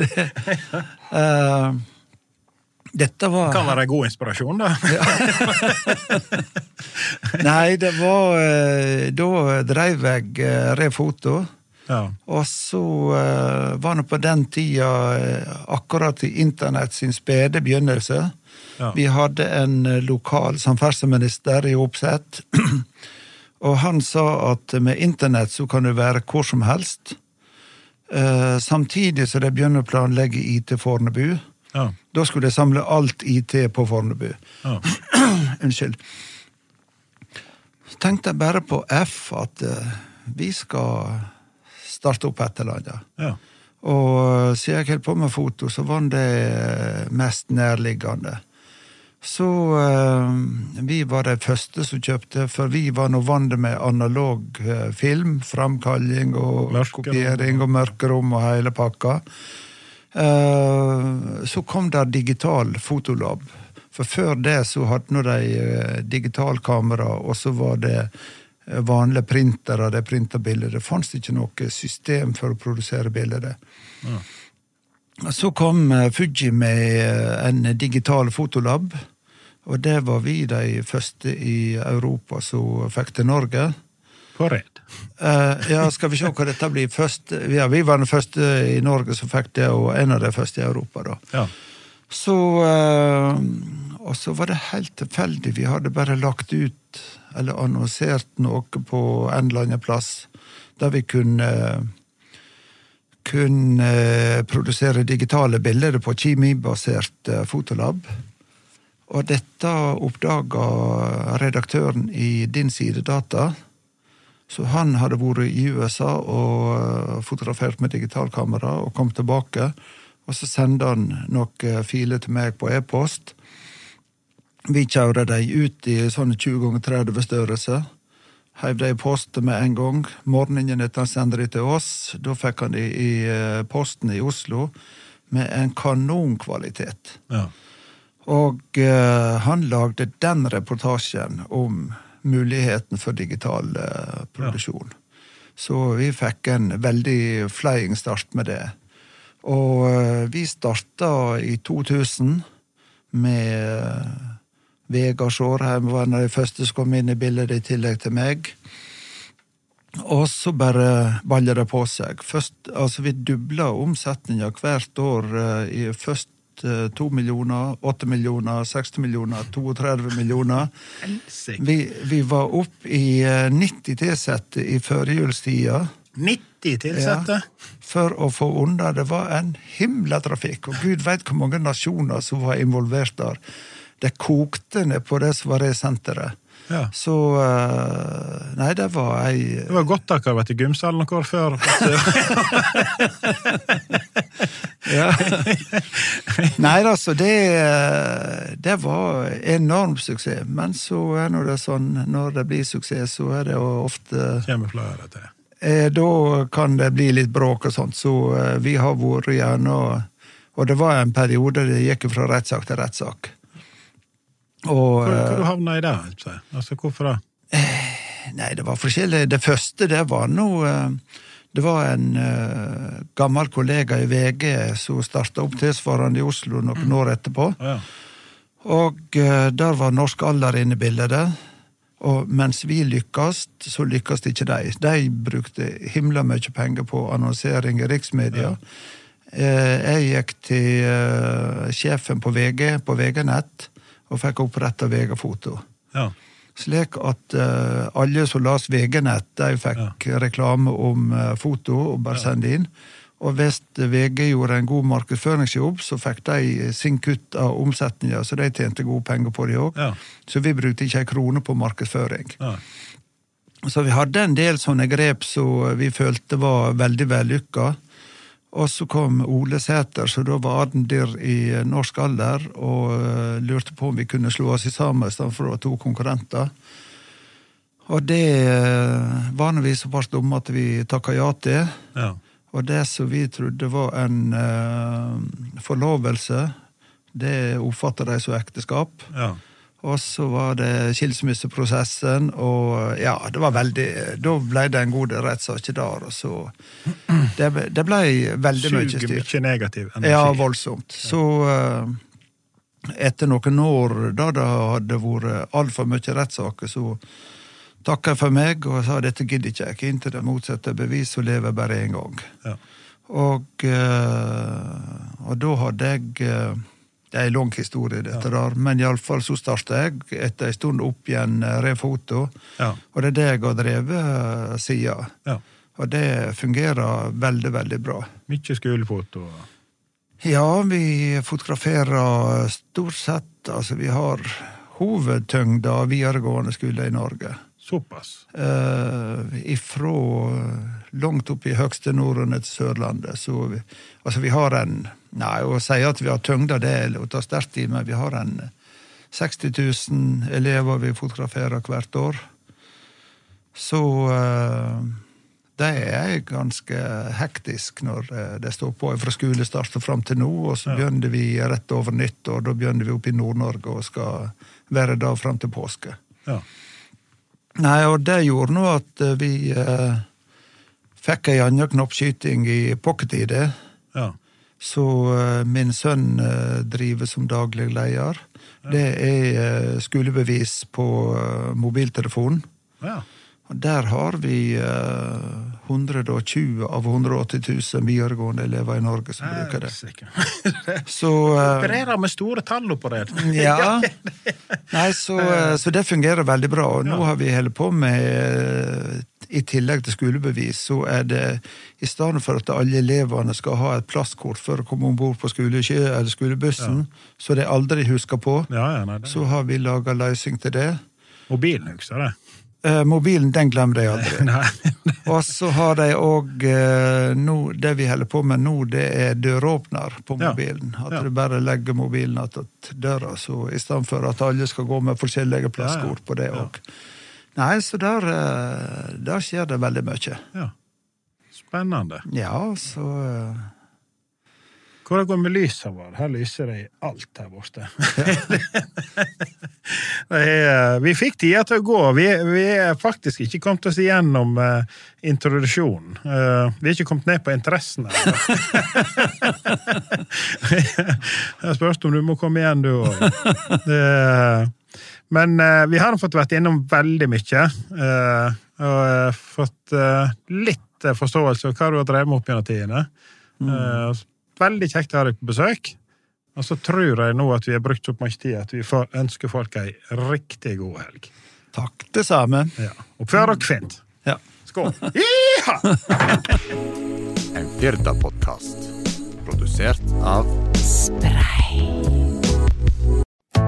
det, eh, dette var kan være god inspirasjon, da. Nei, det var eh, Da dreiv jeg eh, Refoto. Ja. Og så eh, var det på den tida eh, akkurat i internett sin spede begynnelse. Ja. Vi hadde en eh, lokal samferdselsminister i Opseth. og han sa at med internett så kan du være hvor som helst. Eh, samtidig så de begynner å planlegge IT Fornebu. Ja. Da skulle de samle alt IT på Fornebu. Ja. Unnskyld. Så tenkte jeg bare på F, at eh, vi skal starte opp et eller annet. Ja. Og siden jeg holdt på med foto, så var det eh, mest nærliggende. Så eh, vi var de første som kjøpte, for vi var nå vant med analog eh, film. Framkalling og Mørkerom. kopiering og mørkerom og hele pakka. Eh, så kom der digital fotolab. For før det så hadde nå de eh, digitalkamera, og så var det eh, vanlige printere. De printa bilder. Det fantes ikke noe system for å produsere bilder. Så kom eh, Fuji med eh, en digital fotolab, og det var vi de første i Europa som fikk til Norge. På red. Eh, ja, skal vi se hva dette blir først? Ja, vi var den første i Norge som fikk det, og en av de første i Europa, da. Ja. Så eh, Og så var det helt tilfeldig. Vi hadde bare lagt ut eller annonsert noe på en eller annen plass der vi kunne kunne eh, produsere digitale bilder på kjemibasert eh, fotolab. Og dette oppdaga redaktøren i Din Side Data. Så han hadde vært i USA og eh, fotografert med digitalkamera og kom tilbake. Og så sendte han noen filer til meg på e-post. Vi kjørte de ut i sånne 20 ganger 30 størrelse. Heiv de i post med en gang. Morgenen etter han sendte de til oss. Da fikk han de i eh, posten i Oslo med en kanonkvalitet. Ja. Og eh, han lagde den reportasjen om muligheten for digital eh, produksjon. Så vi fikk en veldig flying start med det. Og eh, vi starta i 2000 med eh, Vegard Sjårheim var en av de første som kom inn i bildet, i tillegg til meg. Og så bare baller det på seg. Først, altså Vi dubler omsetninga hvert år. eh, i Først eh, 2 millioner, 8 millioner, 60 millioner, 32 millioner. Vi, vi var opp i eh, 90 tilsatte i førjulstida. 90 tilsatte. For å få unna. Det var en himla trafikk, og gud veit hvor mange nasjoner som var involvert der. Det kokte ned på det som var det senteret. Ja. Så eh, Nei, det var ei Det var godt dere har vært i gymsalen noen år før. for at- eh, Ja. Nei, altså, det, det var enorm suksess. Men så er nå det sånn, når det blir suksess, så er det jo ofte Kommer flere til. eh, Da kan det bli litt bråk og sånt, så eh, vi har vært gjennom Og det var en periode det gikk jo fra rettssak til rettssak. Og Hvor, eh, hvor havna i det? Altså, hvorfor det? Nei, det var forskjellig. Det første det var nå eh, Det var en eh, gammel kollega i VG som starta opp tilsvarende i Oslo noen år etterpå. Mm. Å, ja. Og eh, der var norsk alder inne i bildet. Og mens vi lykkes, så lykkes ikke de. De brukte himla mye penger på annonsering i riksmedia. Eh, Jeg gikk til eh, sjefen på VG, på VG-nett, og fikk oppretta VG-foto. Ja. Slik at eh, alle som las VG-nett, de fikk reklame om eh, foto og bare sende inn. Og hvis VG gjorde en god markedsføringsjobb, så fikk de sin kutt av omsetninga, så de tjente gode penger på det òg. Ja. Så vi brukte ikke ei krone på markedsføring. Ja. Så vi hadde en del sånne grep som vi følte var veldig vellykka. Og så kom Ole Sæter, som da var adendyr i norsk alder, og eh, lurte på om vi kunne slå oss i sammen istedenfor å ha to konkurrenter. Og det eh, var nå vi såpass dumme at vi takka ja til. Ja. Og det som vi trodde var en eh, forlovelse, det oppfatta de som ekteskap. Ja. Og så var det skilsmisseprosessen, og eh, ja, det var veldig Da ble det en god rettssak der, og så Det, ble- det ble veldig mye Suger styr. mye negativ energi. Ja, voldsomt. Så eh, etter noen år da det hadde vært altfor mye rettssaker, så takka jeg for meg og sa dette gidder ikke jeg. Inntil det motsatte er bevis, så lever jeg bare én gang. Ja. Og, eh, og da hadde jeg eh, Det er en lang historie, dette der, men iallfall så starta jeg etter en stund opp igjen eh, Refoto, Ja. og det er det jeg har drevet eh, siden. Ja. Og det fungerer veldig, veldig bra. Mye skolefoto. og- Ja, vi fotograferer stort sett Altså, vi har hovedtyngda av videregående skole i Norge. Såpass. Eh, ifra langt opp i høgste nord og ned til Sørlandet. Så vi, altså, vi har en Nei, å si at vi har tyngda, det er å ta sterkt i, men vi har en 60 000 elever vi fotograferer hvert år. Så eh, det er ganske hektisk når eh, det står på fra skolestart og fram til nå. Og så begynner vi rett over nyttår, da begynner vi oppe i Nord-Norge og skal være der fram til påske. Ja. Nei, og det gjorde nå at eh, vi eh, fikk ei anna knoppskyting i pocket-ID. Ja. Så eh, min sønn eh, driver som daglig leder. Det er eh, skolebevis på eh, mobiltelefonen. ja. Og der har vi eh, 120 av 180 000 videregående elever i Norge som bruker det. Helsike. Så eh, Opererer med store tall operert. ja. Nei, så, eh, så det fungerer veldig bra. Og nå har vi holdt på med I tillegg til skolebevis, så er det I stedet for at alle elevene skal ha et plastkort for å komme om bord på skoleskje, eller skolebussen, så de aldri husker på, Ja, ja, nei, det. så har vi laga løsning til det. Mobilen husker det. Eh, mobilen, den glemmer de aldri. Nei. Og så har de òg eh, nå- Det vi holder på med nå, det er døråpner på Ja. mobilen. At Ja. du bare legger mobilen attåt døra, så i stedet for at alle skal gå med forskjellige plastkort på det Ja. òg. Nei, så der, eh, der skjer det veldig mye. Ja. Spennende. Ja, så eh, Hvordan går det med lyset vårt? Her lyser det i alt her borte. det er, eh, vi fikk tida til å gå. Vi, vi er faktisk ikke kommet oss igjennom eh, introduksjonen. Eh, vi er ikke kommet ned på interessene. Jeg spørs om du må komme igjen, du òg. Men eh, vi har fått vært innom veldig mye. Eh, Og eh, fått eh, litt eh, forståelse av hva du har drevet med opp gjennom tidene. Eh, veldig kjekt å ha deg på besøk. Og så tror jeg nå at vi har brukt opp mye tid, at vi får ønske folk ei riktig god helg. Takk, det samme. Ja. Oppfør dere fint. Ja. Skål! Yeehaw! En Firda-podkast. Produsert av